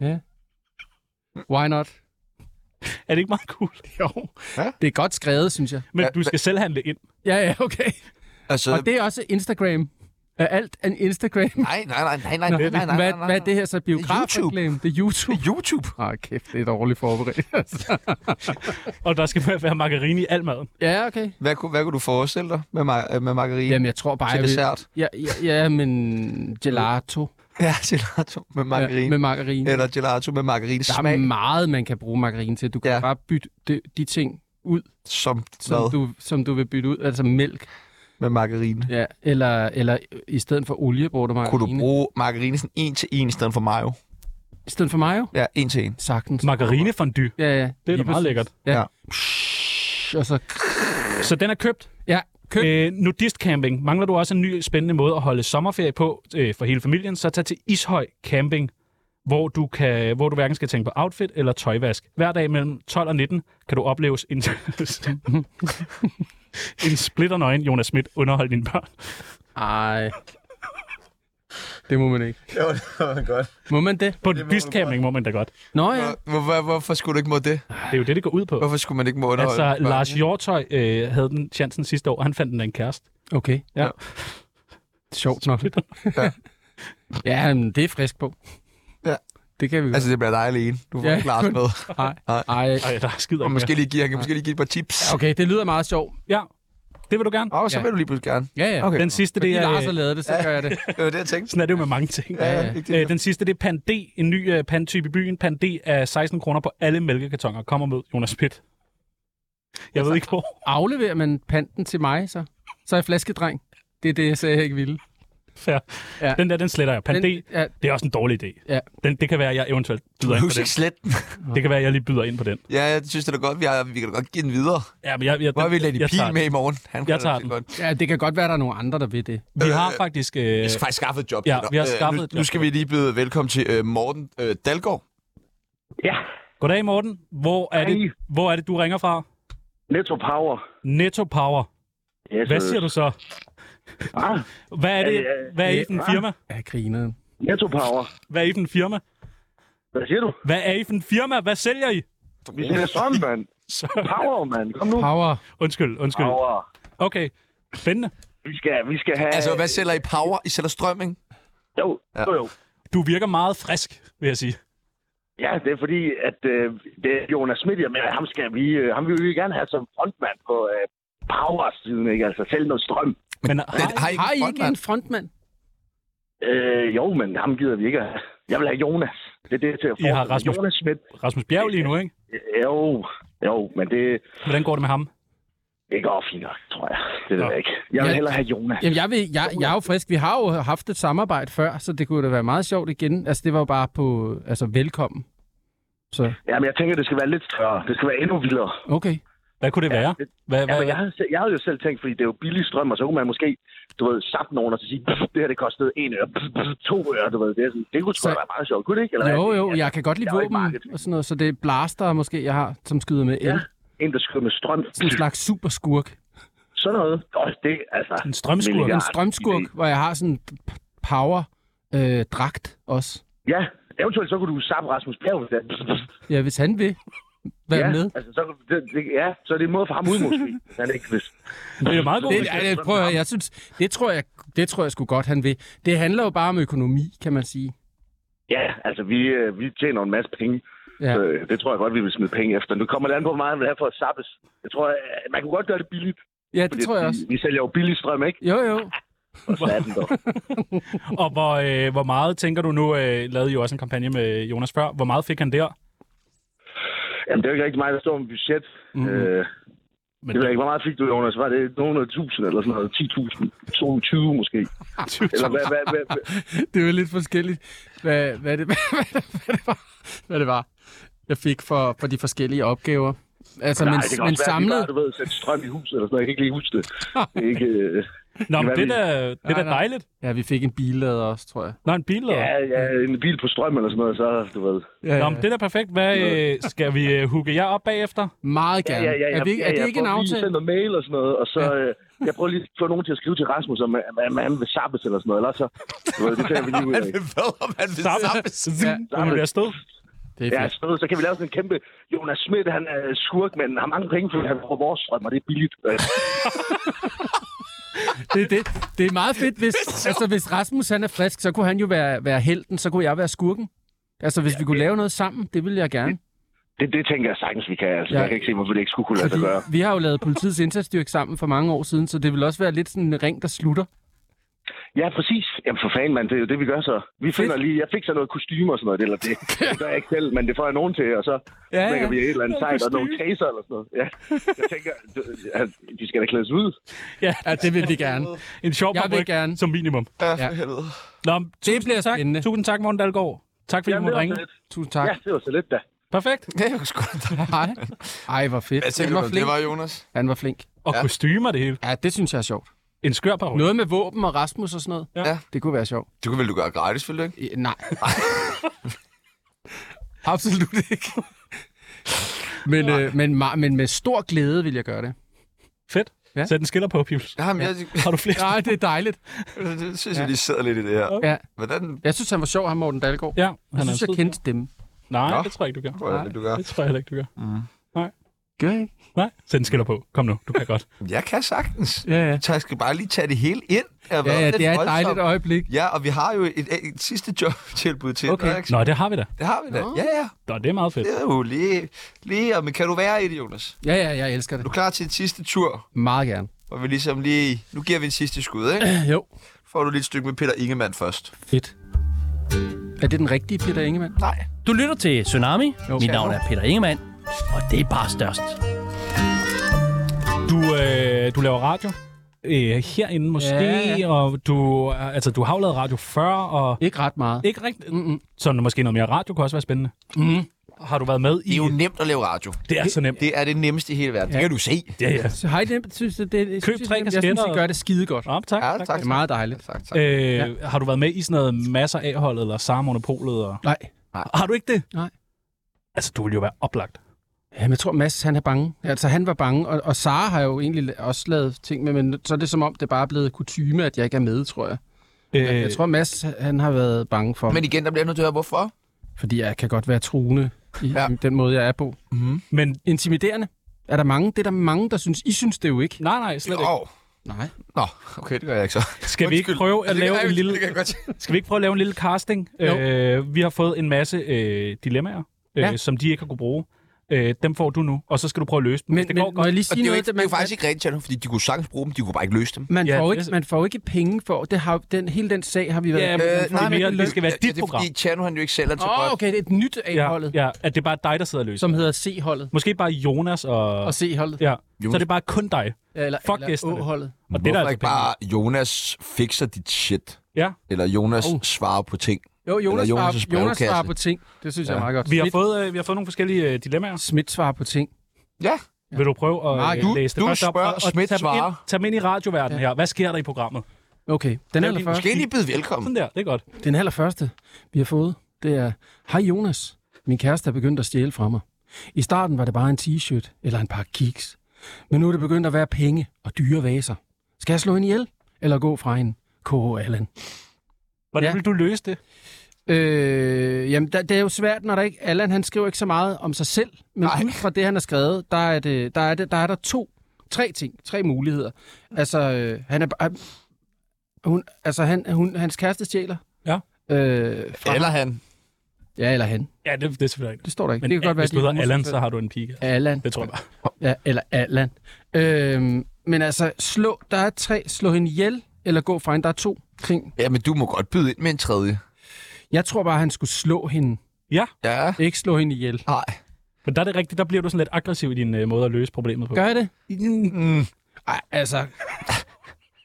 C: Ja. Why not?
B: Er det ikke meget cool?
C: Jo.
A: Ja.
C: Det er godt skrevet, synes jeg.
B: Men du skal selv handle ind.
C: Ja, ja, okay.
A: altså,
C: Og det er også Instagram. Er alt en Instagram?
A: nej, nej, nej, nej, nej, nej, nej, nej,
C: Hvad,
A: nej,
C: hvad er det her så? Biografreklame?
A: YouTube.
C: Det er YouTube.
A: YouTube.
C: Ah, kæft, det er dårligt forberedt. altså.
B: Og der skal være margarine i al maden.
C: ja, okay.
A: Hvad kunne, hvad kunne du forestille dig med, mar- med margarine?
C: Jamen, jeg tror bare,
A: Til
C: jeg vil-
A: dessert.
C: Ja, ja, ja, men gelato
A: Ja, gelato med margarine.
C: Ja, med margarine.
A: Eller gelato med margarine
C: Der
A: smag,
C: er meget, man kan bruge margarine til. Du kan
A: Ja.
C: ja. bare bytte de, de ting ud,
A: som,
C: som
A: som du...
C: du, som du vil bytte ud. Altså mælk,
A: med margarine.
C: ja. eller, eller i stedet for olie bruger du margarine.
A: Kunne du bruge margarine sådan en til en i stedet for mayo?
C: I stedet for mayo?
A: Ja, en til en.
C: Sagtens.
B: Margarine fondue.
C: Ja, ja.
B: Det er
C: lige
B: da meget
C: præcis.
B: lækkert.
C: Ja.
A: Ja.
C: Psh, Og så...
B: Så den er købt.
C: Ja,
B: Øh, nudistcamping. Mangler du også en ny spændende måde at holde sommerferie på øh, for hele familien, så tag til Ishøj Camping, hvor du, kan, hvor du hverken skal tænke på outfit eller tøjvask. Hver dag mellem 12 og 19 kan du opleve en, en splitternøgen Jonas Schmidt underholde dine børn.
C: Ej. Det må man ikke.
A: Jo, det var da godt.
C: Må man det?
B: På nudistcamping må man da godt.
C: Nå ja.
A: Hvor, hvor, hvorfor skulle du ikke må det?
B: Det er jo det, det går ud på.
A: Hvorfor skulle man ikke må underholde?
B: Altså,
A: børn?
B: Lars Hjortøj øh, havde den chancen sidste år, og han fandt den af en kæreste.
C: Okay.
B: Ja.
C: Sjovt nok.
A: Ja.
C: ja, men det er frisk på.
A: Ja.
C: Det kan vi
A: Altså, det bliver dig alene. Du får
C: Ja.
A: ja. ikke Lars med.
C: Nej.
A: Nej.
B: Ej, der er skider
A: Og
B: ikke
A: måske
B: mere.
A: lige give, han kan måske lige give et par tips.
C: Ja, Okay, det lyder meget sjovt.
B: Ja, det vil du gerne.
A: Åh, oh, så
C: Ja.
A: vil du lige pludselig gerne.
C: Ja, ja.
A: Okay.
B: Den sidste,
C: Fordi
B: det er... øh,
C: Lars har lavet det, så gør jeg det.
A: Det var det, jeg tænkte.
B: Sådan er det jo med mange ting.
A: Ja, ja.
B: Øh, den sidste, det er Pan D, en ny uh, pandtype i byen. Pan D er 16 kroner på alle mælkekartoner. Kommer med Jonas Pitt. Jeg
A: Altså.
B: ved ikke hvor.
C: Afleverer man panten til mig, så? Så er jeg flaskedreng. Det er det, jeg sagde, jeg ikke ville.
B: Fair.
C: Ja.
B: Ja. Den der, den sletter jeg. Pan
C: Den-
B: D,
C: ja.
B: det er også en dårlig idé.
C: Ja.
B: Den, det kan være, jeg eventuelt
A: Du
B: byder ind på
A: husker
B: den.
A: ikke slet den.
B: Det kan være, jeg lige byder ind på den.
A: Ja, jeg synes, det er da godt. Vi, har, vi kan da godt give den videre.
B: Ja, men jeg, jeg,
A: Hvor er vi
B: den-
A: lagt i
B: jeg tager
A: pil med i
B: den.
A: morgen? Han kan
B: Jeg
A: da
B: tager
A: det
B: den.
A: Godt.
C: Ja, det kan godt være, der er nogle andre, der ved det.
B: Vi har faktisk... Øh,
A: Vi skal faktisk skaffe et job.
B: Ja,
A: til dig.
B: vi har
A: Øh,
B: skaffet
A: nu,
B: et
A: Nu
B: job.
A: skal vi lige byde velkommen til øh, Morten øh, Dalgaard.
B: Goddag, Morten. Hvor er, det, hvor er det, du ringer fra?
G: Netto Power.
B: Netto Power.
G: Yes, øh,
B: Hvad siger du så?
G: Ah,
B: Hvad er det,
G: Øh,
B: hvad er I
G: øh,
B: for en
G: ah.
B: firma?
C: Jeg griner.
G: Netto Power.
B: Hvad er I for en firma?
G: Hvad siger du?
B: Hvad er I for en firma? Hvad sælger I?
G: Vi siger strøm, mand. Power, mand. Kom nu.
C: Power.
B: Undskyld, undskyld.
G: Power.
B: Okay, spændende.
G: Vi skal, vi skal have...
B: Øh,
A: Altså, hvad sælger I power? I sælger strøm, ikke?
G: Jo,
A: Ja.
G: jo, jo.
B: Du virker meget frisk, vil jeg sige.
G: Ja, det er fordi, at øh, det er Jonas Smidt, men ham, skal vi, øh, ham vil vi gerne have som frontmand på øh, power-siden, ikke? Altså, selv noget strøm.
B: Men,
A: Den, har I
C: Har I
A: ikke en
C: ikke en
A: frontmand?
C: frontmand?
G: Øh, jo, men ham gider vi ikke at have. Jeg vil have Jonas. Det er det, til at
B: I har
G: forestille.
B: Rasmus-
G: Jonas Smidt.
B: ah, Rasmus Bjerg lige nu, ikke?
G: øh, Jo, jo, men det,
B: Hvordan går det med ham?
G: det går fint nok, tror jeg. Det ved
B: Nå.
G: jeg ikke. Jeg vil
C: Ja.
G: hellere have Jonas.
C: Jamen, jeg, ved, jeg, jeg er jo frisk. Vi har jo haft et samarbejde før, så det kunne da være meget sjovt igen. Altså, det var jo bare på... Altså, velkommen. Så,
G: Jamen, jeg tænker, det skal være lidt større. Det skal være endnu vildere.
C: okay.
B: Hvad kunne det være?
G: det-
B: Hvad,
G: Ja,
B: hvad,
G: men jeg,
B: hvad?
G: havde, selv- jeg havde jo selv tænkt, fordi det er jo billig strøm, og så kunne man måske, du ved, sappe nogen og så sige, "Pff, det her det kostede en øre, pff, pff, to øre, du ved. Det, er sådan, det kunne sgu
C: Så-
G: da være meget sjovt, kunne det ikke?
C: Jo,
G: hvad?
C: jo, jeg kan godt lide
G: Jeg er jo ikke
C: våben
G: marketing.
C: og sådan noget, så det er blaster måske, jeg har, som skyder med el.
G: Ja, en, der skyder med strøm.
C: Sådan en slags superskurk.
G: Sådan noget. Og det, altså...
B: En strømskurk.
C: En
G: milliard
C: strømskurk,
G: idé.
C: hvor jeg har sådan en p- power-dragt også.
G: Ja, eventuelt så kunne du sappe Rasmus Bjerg. hvis det er- pff, pff.
C: Ja, hvis han vil være
G: ja,
C: med.
G: Altså, så, kunne- det, det, ja, så er det en måde for ham ud, måske. Han ikke vidste.
B: Det er meget godt.
C: Det, ej, det, prøv at høre, jeg synes, det tror jeg, det tror jeg sgu godt, han vil. Det handler jo bare om økonomi, kan man sige.
G: Ja, altså, vi, øh, vi tjener en masse penge.
C: Ja.
G: Så, øh, det tror jeg godt, vi vil smide penge efter. Nu kommer det an på, hvor meget man vil have for at sappes. Jeg tror, øh, man kunne godt gøre det billigt.
C: Ja, det
G: Fordi
C: tror jeg
G: vi-
C: også.
G: Vi sælger jo billig strøm, ikke?
C: Jo, jo.
G: Og satten dog.
B: Og hvor, øh, hvor meget tænker du nu? Øh, lavede I jo også en kampagne med Jonas før. Hvor meget fik han der?
G: Jamen, det er jo ikke rigtig meget, der står om budget.
C: Mm-hmm.
G: Mm. Øh,
B: Men
G: det ved jeg ikke, hvor meget fik du, Jonas? Var det nogle tusind eller sådan noget? 10.000? 22 måske? Eller hvad, hvad, hvad, hvad?
C: Det er jo lidt forskelligt, hvad, hvad, det, hvad, hvad, hvad, det var, hvad det var, jeg fik for, for de forskellige opgaver. Altså,
G: Nej,
C: men,
G: det
C: men
G: kan også være, at vi
C: samlet...
G: Bare, du ved, sætte strøm i huset eller sådan noget. Jeg kan ikke lige huske det. det er ikke, øh,
B: Nå, men
G: kan være,
B: det
G: vi-
B: er da, det er da
C: Nej, nej.
B: dejligt.
C: Ja, vi fik en billader også, tror jeg.
B: Nå, en bil eller?
G: Ja, ja, en bil på strøm eller sådan noget, så du ved.
C: Ja,
B: Nå, men det er da perfekt. Hvad, øh, skal vi øh, hooke jer op bagefter?
C: Meget gerne. er, vi, er det ikke en
G: Jeg
C: aftale?
G: sender mail og sådan noget, og så... Øh, jeg prøver lige at få nogen til at skrive til Rasmus, om at- at han vil sappes eller sådan noget. Eller så, du ved, det tager vi lige ud af.
A: Hvad om han vil samme?
C: Ja,
B: Hvor man bliver stået?
C: det er
G: Ja,
C: fedt.
G: så, så kan vi lave sådan en kæmpe... Jonas Schmidt, han er skurk, men har mange penge, fordi han får vores strøm, og det er billigt. Øh,
C: Det, er det, det er meget fedt, hvis, altså, hvis Rasmus han er frisk, så kunne han jo være, være helten, så kunne jeg være skurken. Altså, hvis vi kunne lave noget sammen, det ville jeg gerne.
G: Det, det tænker jeg sagtens, vi kan. Altså,
C: Ja.
G: ja. Jeg kan ikke se, hvorfor det ikke skulle kunne lade sig
C: Fordi
G: gøre.
C: vi har jo lavet politiets indsatsstyrke sammen for mange år siden, så det ville også være lidt sådan en ring, der slutter.
G: Ja, præcis. Jamen for fanden, mand. Det er jo det, vi gør så. Vi finder lige... Jeg fik så noget kostyme og sådan noget. Eller det, det gør jeg ikke selv, men det får jeg nogen til. Og så
C: Ja, ja.
G: ja, lægger vi et eller andet sejt og nogle taser eller sådan noget. Ja. Jeg tænker, det- at de skal da klædes ud.
B: Ja,
C: Ja, det vil vi gerne.
B: en sjov
C: Jeg vil
B: fabrik
C: gerne.
B: som minimum.
A: Ja,
C: Ja.
A: for helvede.
B: Nå, men
C: Det bliver
B: tak.
C: spændende.
B: Tusind tak, Morten Dalgaard. Tak fordi du
G: Jamen,
B: måtte
G: det var
B: ringe.
G: så lidt.
C: Tusind tak.
G: Ja, det var så lidt da.
B: Perfekt.
A: Ja, jeg sgu
C: Hej. Ej, hvor fedt.
B: Hvad tænker du, det var, Jonas?
C: Han var flink.
B: Og ja. kostymer det hele.
C: Ja, det synes jeg er sjovt.
B: En skør parole.
C: Noget med våben og Rasmus og sådan noget.
A: Ja.
C: Det kunne være sjovt.
A: Du kan vel du gøre gratis, vil du ikke?
C: Nej. Absolut ikke. men, øh, men, ma- men med stor glæde vil jeg gøre det.
B: Fedt. Ja. Sæt en skiller på, Pibels.
A: Jamen, jeg-
B: Har du flere?
C: Nej, det er dejligt.
A: Det synes jeg, de sidder lidt i det her.
C: Ja.
A: Hvordan?
C: Jeg synes, han var sjov, ham Morten Dalgaard.
B: Ja,
C: jeg synes, jeg kendte dem.
B: Nej,
C: Nå.
B: det tror jeg ikke, du gør.
A: tror jeg heller ikke, du gør.
B: Det tror jeg heller ikke, du gør. Mm. Nej.
C: Gør jeg ikke?
B: Nej, sæt en skiller på. Kom nu, du kan godt.
A: Jeg kan sagtens.
C: Ja, ja.
A: Så jeg skal bare lige tage det hele ind. Det har
B: Ja,
A: været
B: ja,
A: lidt
B: det er et
A: voldsomt.
B: dejligt øjeblik.
A: Ja, og vi har jo et, et sidste jobtilbud til
B: Okay.
A: dig, ikke?
B: Nå, det har vi da.
A: Det har vi da.
B: Nå.
A: Ja, ja.
B: Nå, det er meget fedt.
A: Det er jo lige, lige og, men kan du være i det, Jonas?
C: Ja, ja, jeg elsker det.
A: Du er klar til en sidste tur,
C: Meget gerne.
A: hvor vi ligesom lige... Nu giver vi en sidste skud, ikke?
C: jo.
A: Får du lige et stykke med Peter Ingemann først.
C: Fedt. Er det den rigtige Peter Ingemann?
A: Nej.
L: Du lytter til Tsunami.
C: Jo.
L: Mit navn er Peter Ingemann, og det er bare størst.
B: Du, øh, du laver radio øh, herinde måske,
L: Ja,
B: ja,
L: ja.
B: ja. og du, øh, altså, du har jo lavet radio før. Og
C: ikke ret meget.
B: Ikke rigtigt. Mm-mm. Så måske noget mere radio kunne også være spændende.
C: Mm.
B: Har du været med i...
A: Det er jo nemt at lave radio.
B: Det er så nemt.
A: Det er det nemmeste i hele verden. Ja. Det kan du se.
B: Ja, ja.
C: Så hej, det synes jeg, det, jeg
B: Køb
C: synes,
B: tre
C: jeg, jeg synes,
B: kasketter
C: I
B: og-
C: gør det skide godt.
B: Ja, tak,
C: ja,
B: tak, tak.
C: Det er meget dejligt.
A: Tak, tak.
B: Øh, ja. Har du været med i sådan noget masser af holdet og samme monopolet? Og...
C: Nej.
B: Har du ikke det?
C: Nej.
B: Altså, du ville jo være oplagt.
C: Jamen, jeg tror, Mads, han er bange. Altså, han var bange, og, og Sara har jo egentlig la- også lavet ting med, men så er det som om, det bare er blevet kutyme, at jeg ikke er med, tror jeg. Øh... Jeg, jeg tror, Mads, han har været bange for
A: Men
C: men...
A: igen, der bliver jeg nødt til at høre, hvorfor?
C: fordi jeg kan godt være truende i ja. den måde, jeg er på.
B: Mm-hmm. Men
C: Intimiderende. Er der mange? Det er der mange, der synes. I synes det jo ikke.
B: Nej, nej, slet ikke.
A: Åh,
C: Nej.
A: Nå, okay, det gør jeg ikke så.
B: Skal vi ikke prøve at
C: Altså,
A: Det kan
B: lave
A: jeg-
B: en lille-
A: Det kan jeg godt se.
B: Skal vi ikke prøve at lave en lille casting? Øh, vi har fået en masse øh, dilemmaer, øh,
C: Ja.
B: ja. som de ikke har kunne bruge. Øh, dem får du nu, og så skal du prøve at løse dem.
C: Men-
B: Hvis det
C: men
B: går
C: må jeg
B: godt.
C: lige
A: Og
C: sige
A: det er jo,
C: noget,
A: ikke,
C: at
A: det er jo
C: man-
A: faktisk ikke rigtigt, Tjerno, fordi de kunne sagtens bruge dem, de kunne bare ikke løse dem.
C: Man,
B: Ja,
C: ja, får
B: det-
C: ikke, man får ikke penge for... Det har, den, hele den sag har vi været...
B: Ja, men-
C: man
B: Øh,
C: får
B: nej,
C: ikke
B: men-
C: løn.
B: det skal være
A: Ja,
B: dit
A: det er
B: program.
A: fordi, Tjerno, han jo ikke selv er så
C: Åh,
A: godt.
C: okay, det er et nyt A-holdet, ja,
B: Ja, ja, at det er bare dig, der sidder og løser.
C: som hedder C-holdet
B: Måske bare Jonas og...
C: og C-holdet.
B: Ja,
A: Jonas.
B: så er det bare kun dig.
C: Ja, eller,
B: Fuck
C: eller
B: gæsterne.
C: O-holdet.
B: Og det er
A: Hvorfor altså
B: der altså
A: ikke
B: penge.
A: bare Jonas fikser dit shit?
B: i. Ja.
A: Eller Jonas
C: Oh.
A: oh. svarer på ting?
C: Jo, Jonas,
A: Eller
C: Jonas,
A: Jonas'
C: svarer, Jonas svarer
A: brevkasse.
C: på ting. Det synes ja. jeg er
A: Ja.
C: meget godt.
B: Vi har,
C: Smidt-
B: fået, øh, vi har fået nogle forskellige øh, dilemmaer.
C: Schmidt svarer på ting.
A: Ja,
B: Vil du prøve at
C: Mark,
B: øh,
C: du-
B: læse det
A: du
B: først op?
A: spørger, Schmidt
B: tag, dem ind,
A: svarer.
B: tag dem ind i radioverdenen her. Hvad sker der i programmet?
C: Okay, den
B: Det er
C: aller,
B: din-
C: første,
A: måske lige byde velkommen.
B: Sådan der, det er godt.
C: den aller første, vi har fået, det er, Hej Jonas, min kæreste er begyndt at stjæle fra mig. I starten var det bare en t-shirt eller en par kiks. Men nu er det begyndt at være penge og dyre vaser. Skal jeg slå hende ihjel? Eller gå fra hende? K.H. Allan.
B: Hvordan
C: Ja.
B: ja. vil du løse det?
C: Øh, jamen, der, det er jo svært, når der ikke... Allan, han skriver ikke så meget om sig selv, men
A: Nej.
C: Nej. ud fra det, han har skrevet, der er, det, der, er det, der er der to, tre ting, tre muligheder. Altså, øh, han er... ba- Han, hun, altså, han, hun, hans kæreste stjæler.
B: Ja.
C: Øh, fra,
A: Eller han.
C: ja, eller han.
B: Ja, det, det er selvfølgelig rigtigt.
C: Det står der ikke.
B: Men
C: det kan godt være,
B: hvis du
C: de er
B: hedder Allan,
C: homoseksuelle.
B: så har du en pige.
C: Allan.
B: Det tror jeg bare.
C: Ja, eller Allan. Øh, men altså, slå, der er tre. Slå hende ihjel, eller gå fra hende. Der er to ting.
A: Ja, men du må godt byde ind med en tredje.
C: Jeg tror bare, han skulle slå hende.
B: Ja,
A: Ja.
C: Ikke slå hende ihjel.
A: Nej.
B: men der er det rigtigt. Der bliver du sådan lidt aggressiv i din øh, måde at løse problemet på.
C: Gør jeg det?
A: Mm.
C: Ej, altså...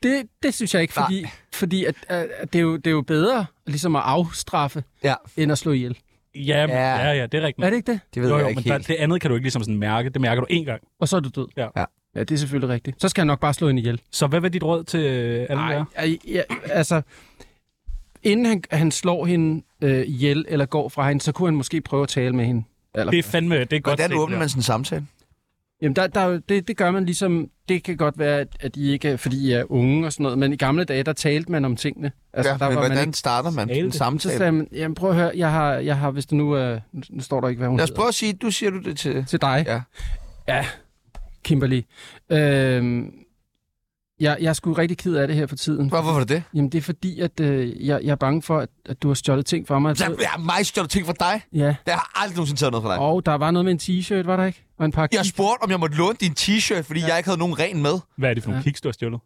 C: Det, det synes jeg ikke, fordi, fordi at, at, at det, er jo, det er jo bedre ligesom at afstraffe,
A: Ja, Mm.
C: end at slå ihjel.
B: Ja, men-
A: Ja.
B: ja, ja, det er rigtigt.
C: Er det ikke det?
A: det ved
B: jo,
A: jeg
B: jo,
A: ikke
B: men der,
A: helt.
B: det andet kan du ikke ligesom sådan mærke. Det mærker du én gang.
C: Og så er du død.
B: Ja.
A: Ja.
C: ja det er selvfølgelig rigtigt. Så skal jeg nok bare slå hende ihjel.
B: Så hvad vil dit råd til øh, Allan
C: Nej,
B: være?
C: ja, altså... Inden han, han slår hende øh, ihjel eller går fra hende, så kunne han måske prøve at tale med hende. Eller,
B: Det er fandme, det er godt
A: Hvordan
B: set,
A: åbner
B: det
A: man sådan en samtale?
C: Jamen, der, der, er jo- det, det gør man ligesom... Det kan godt være, at- at I ikke er, fordi I er unge og sådan noget, men i gamle dage, der talte man om tingene.
A: Altså, ja,
C: der
A: men
C: var man
A: hvordan
C: ikke-
A: starter man sådan en
B: Tale.
C: Så
A: samtale?
C: sagde man, jamen prøv at høre, jeg har, jeg har hvis det nu... Øh, nu- nu står der ikke, hvad hun
A: Lad os
C: hedder.
A: prøve at sige, du siger du det til...
C: Til dig?
A: Ja.
C: Ja, Kimberly. Øhm, jeg, jeg er sgu rigtig ked af det her for tiden.
A: Hvor- Hvorfor er det det?
C: Jamen, det er fordi, at øh, jeg, jeg er bange for, at, at du har stjålet ting fra mig.
A: Jeg har meget stjålet ting fra dig.
C: Ja,
A: Jeg har aldrig nogensinde taget noget fra dig.
C: og der var noget med en t-shirt, var der ikke? Og en pakke.
A: Jeg spurgte, om jeg måtte låne din t-shirt, fordi ja. jeg ikke havde nogen ren med.
B: Hvad er det for nogle
C: Ja.
B: ja. kiks, du har stjålet?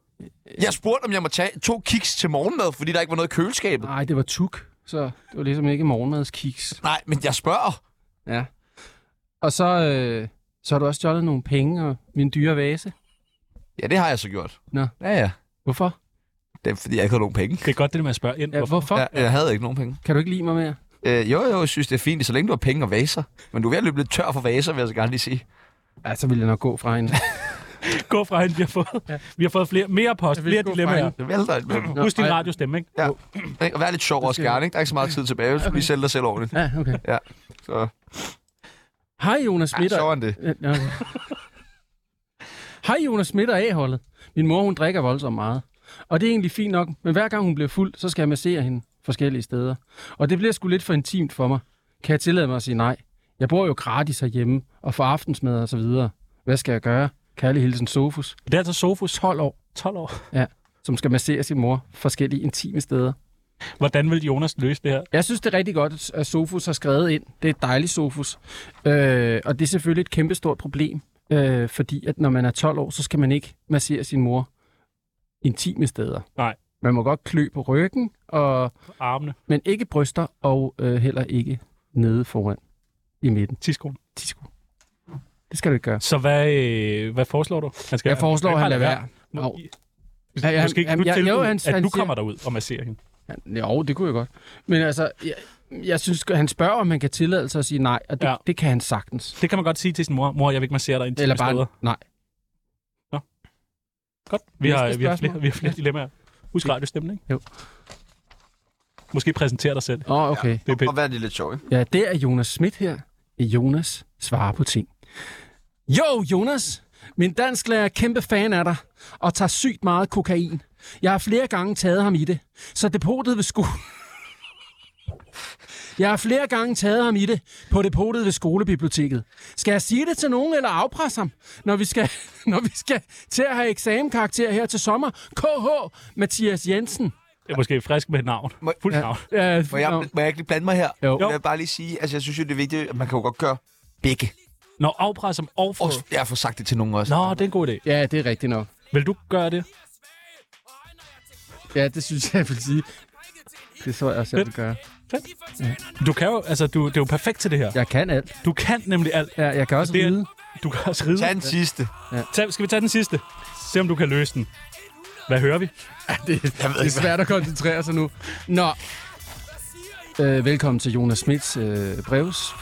A: Jeg spurgte, om jeg måtte tage to kiks til morgenmad, fordi der ikke var noget i køleskabet.
C: Nej, det var tuk, så det var ligesom ikke morgenmadskiks.
A: Nej, men jeg spørger.
C: Ja. Og så, øh, så har du også stjålet nogle penge og min dyre vase.
A: Ja, det har jeg så gjort.
C: Nå.
A: Ja, ja.
C: Hvorfor?
A: Det er, fordi jeg ikke havde nogen penge.
B: Det er godt, det der med at spørge ind.
C: Ja,
B: Hvorfor?
C: hvorfor? Ja.
A: Jeg, jeg havde ikke nogen penge.
C: Kan du ikke lide mig mere?
A: Øh, jo, jo, jeg synes, det er fint, så længe du har penge og vaser. Men du er ved at løbe lidt tør for vaser, vil jeg så gerne lige sige.
C: Ja, så Altså, vil jeg nok gå fra hende.
B: Gå fra hende, vi har fået, ja. vi har fået flere, mere post, flere dilemmaer.
A: Det vælter et
B: Nå, Husk din radiostemme, ikke?
A: Ja. Ikke? Og vær lidt sjov også gerne, ikke? Der er ikke så meget tid tilbage. Du skal lige sælge dig selv ordentligt.
C: Ja, okay.
A: Ja, så...
C: Hej, Jonas
A: Ja,
C: Smitter.
A: sjovere end det.
C: Ja, ja, okay. Hej, Jonas Smitter A-holdet. Min mor, hun drikker voldsomt meget. Og det er egentlig fint nok, men hver gang hun bliver fuld, så skal jeg massere hende forskellige steder. Og det bliver sgu lidt for intimt for mig. Kan jeg tillade mig at sige nej? Jeg bor jo gratis herhjemme, og får aftensmad og så videre. Hvad skal jeg gøre? Kærlig hilsen Sofus.
B: Det er altså Sofus.
C: 12 år.
B: 12 år.
C: Ja, som skal massere sin mor forskellige intime steder.
B: Hvordan vil Jonas løse det her?
C: Jeg synes, det er rigtig godt, at Sofus har skrevet ind. Det er et dejligt Sofus. Øh, og det er selvfølgelig et kæmpestort problem, øh, fordi at når man er 12 år, så skal man ikke massere sin mor intime steder.
B: Nej.
C: Man må godt klø på ryggen, og,
B: Armene.
C: men ikke bryster, og øh, heller ikke nede foran i midten.
B: Tidskolen.
C: Tidskolen. Det skal du ikke gøre.
B: Så hvad, øh, hvad foreslår du? Han
C: Jeg foreslår, at han
B: har
C: lader
B: lagt
C: være.
B: Må-
C: Au.
B: Ja, ja, Måske ikke
C: jamen,
B: du
C: ja,
B: tilbyde,
C: jo, han-
B: at
C: han
B: du
C: siger-
B: kommer derud og masserer hende.
C: Jo, det kunne jeg godt. Men altså, jeg, jeg synes, han spørger, om man kan tillade sig at sige nej, og det, ja. det kan han sagtens.
B: Det kan man godt sige til sin mor. Mor, jeg vil ikke massere dig intime
C: Eller bare
B: steder.
C: nej.
B: Nå. Godt. Vi
C: Næste
B: har, vi har,
C: spørgsmål.
B: flere, vi har flere dilemmaer. Husk radiostemmen, ikke?
C: Jo.
B: Måske præsentere dig selv.
C: Åh, oh, okay. Ja.
B: Det er pænt.
A: Og vær lige lidt sjov, ikke?
C: Ja, det er Jonas Schmidt her. Jonas svarer på ting. Jo, Jonas! Min dansklærer er kæmpe fan af dig, og tager sygt meget kokain. Jeg har flere gange taget ham i det, så depotet ved skole... Jeg har flere gange taget ham i det på depotet ved skolebiblioteket. Skal jeg sige det til nogen eller afpresse ham, når vi skal, når vi skal til at have eksamenkarakter her til sommer? KH Mathias Jensen. Øh,
B: Det er måske frisk med et navn. Fuldt navn.
C: Ja,
A: Må jeg, må jeg ikke lige blande mig her?
C: Jo.
A: Jeg vil bare lige sige, altså jeg synes jo, det er vigtigt, at man kan jo godt gøre begge.
B: Når afpresser som overfor...
A: Og jeg har fået sagt det til nogen også.
B: Nå, det er en god idé.
C: Ja, det er rigtigt nok.
B: Vil du gøre det?
C: Ja, det synes jeg, jeg vil sige. Det tror jeg også, jeg vil gøre.
B: Du kan jo, altså, du, det er jo perfekt til det her.
C: Jeg kan alt.
B: Du kan nemlig alt.
C: Ja, jeg kan også
B: Det er-
C: ride.
B: Du kan også ride.
A: Tag den sidste.
C: Ja.
B: Tag, skal vi tage den sidste? Se om du kan løse den. Hvad hører vi?
C: det, det er svært at koncentrere sig nu. Nå. Øh, velkommen til Jonas Smits øh, brevs.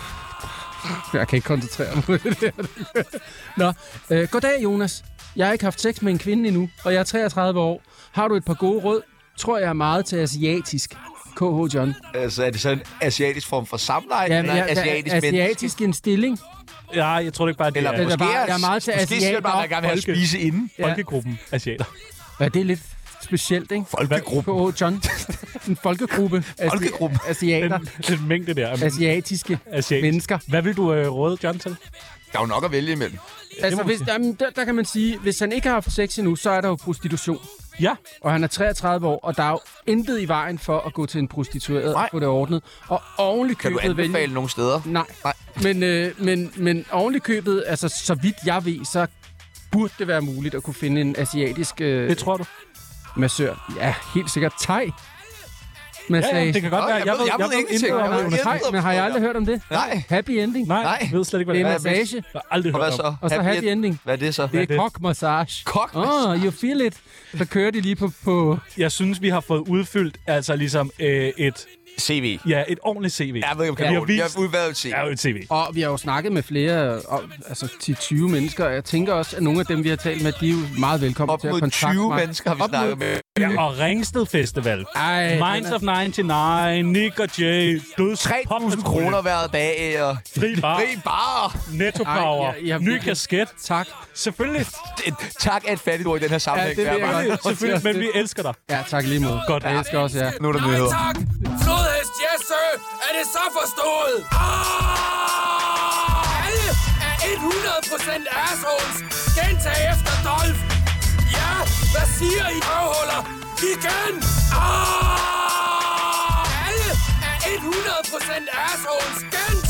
C: Jeg kan ikke koncentrere mig på det der. Nå. Øh, goddag, Jonas. Jeg har ikke haft sex med en kvinde endnu, og jeg er 33 år. Har du et par gode råd? Tror jeg er meget til asiatisk. KH John.
A: Altså, er det sådan en asiatisk form for samleje? eller en asiatisk, men-
C: asiatisk en stilling.
B: Ja, jeg tror det ikke bare, det
A: Eller
B: er...
C: Det er
A: måske,
C: bare- jeg er meget til
A: måske siger
C: asiater
A: det bare, at
C: og
A: jeg gerne vil have
B: folke.
A: spise inden.
C: Ja.
B: Folkegruppen asiater.
C: Ja, det er lidt specielt, ikke?
A: Folkegruppen.
C: KH John. En folkegruppe. Asi-
A: Folkegruppen.
C: Asiater.
B: Den, den mængde der. af
C: Asiatiske
B: asiatisk.
C: mennesker.
B: Hvad vil du øh, råde John til?
A: Der er jo nok at vælge imellem.
C: Altså,
B: man
C: hvis,
B: sige.
C: jamen, der, der kan man sige, hvis han ikke har haft sex endnu, så er der jo prostitution.
B: Ja.
C: Og han er 33 år, og der er jo intet i vejen for at gå til en prostitueret og få det ordnet. Og ovenlig
A: Kan du
C: købet
A: anbefale nogle steder?
C: Nej. Nej. Men, øh, men, men ovenlig købet, altså så vidt jeg ved, så burde det være muligt at kunne finde en asiatisk øh,
B: Det tror du?
C: massør. Ja, helt sikkert. Thai. Massage.
B: Ja, ja, det kan godt
A: Nå,
B: være.
A: jeg ved- jeg ved ingenting.
B: intet om
A: Jeg ved
B: det.
A: ingenting.
C: Nej, men har jeg aldrig hørt om det?
A: Nej.
C: Happy ending.
B: Nej,
A: Nej.
B: jeg ved slet ikke, hvad
C: Det
B: det
C: er
B: er.
C: massage.
B: Jeg har aldrig
A: Og
B: hørt
A: hvad
B: om.
A: så?
C: Og så happy
A: end-
C: ending.
A: Hvad er det så?
C: Det
B: det?
C: er kokmassage.
A: Kokmassage?
C: Oh, you feel it. Så kører de lige på... på
B: Jeg synes, vi har fået udfyldt altså ligesom øh, et,
A: CV.
B: ja, et ordentligt CV.
A: Jeg ved ikke, om
B: Vi
A: jeg
B: har
A: kan Jeg
B: vist-
A: har udvalgt CV.
B: Ja, et CV.
C: og vi har jo snakket med flere, om, altså 10-20 mennesker, og jeg tænker også, at nogle af dem, vi har talt med, de er jo meget velkomne
A: Op
C: til at
A: mod
C: kontakte
A: 20
C: mig.
A: mennesker har vi
C: Op mod-
A: snakket med.
B: Ja, og Ringsted Festival.
C: Ej,
B: Minds of 99, Nick og Jay, Døds
A: 3.000 kroner hver dag, og
B: Fri bar,
C: Ah.
A: fri bar.
B: Netto Power,
C: Ej, jeg- jeg-
B: ny kasket.
C: Tak.
B: Selvfølgelig,
A: Det- Tak af et fattigt ord i den her sammenhæng.
C: Ja, det
A: vil jeg
C: vil jeg
A: bare-
B: selvfølgelig, men vi elsker dig.
C: Ja, tak lige mod.
B: Godt.
C: Jeg elsker også jer. Ja.
A: Nu er der nyheder.
D: Tak! Flodhest, yes sir! Er det så forstået? Ah! Alle er 100% assholes! Gentag efter Dolf! Ja, hvad siger I røvhuller? Igen! Ah! Alle er 100% assholes! Gentag!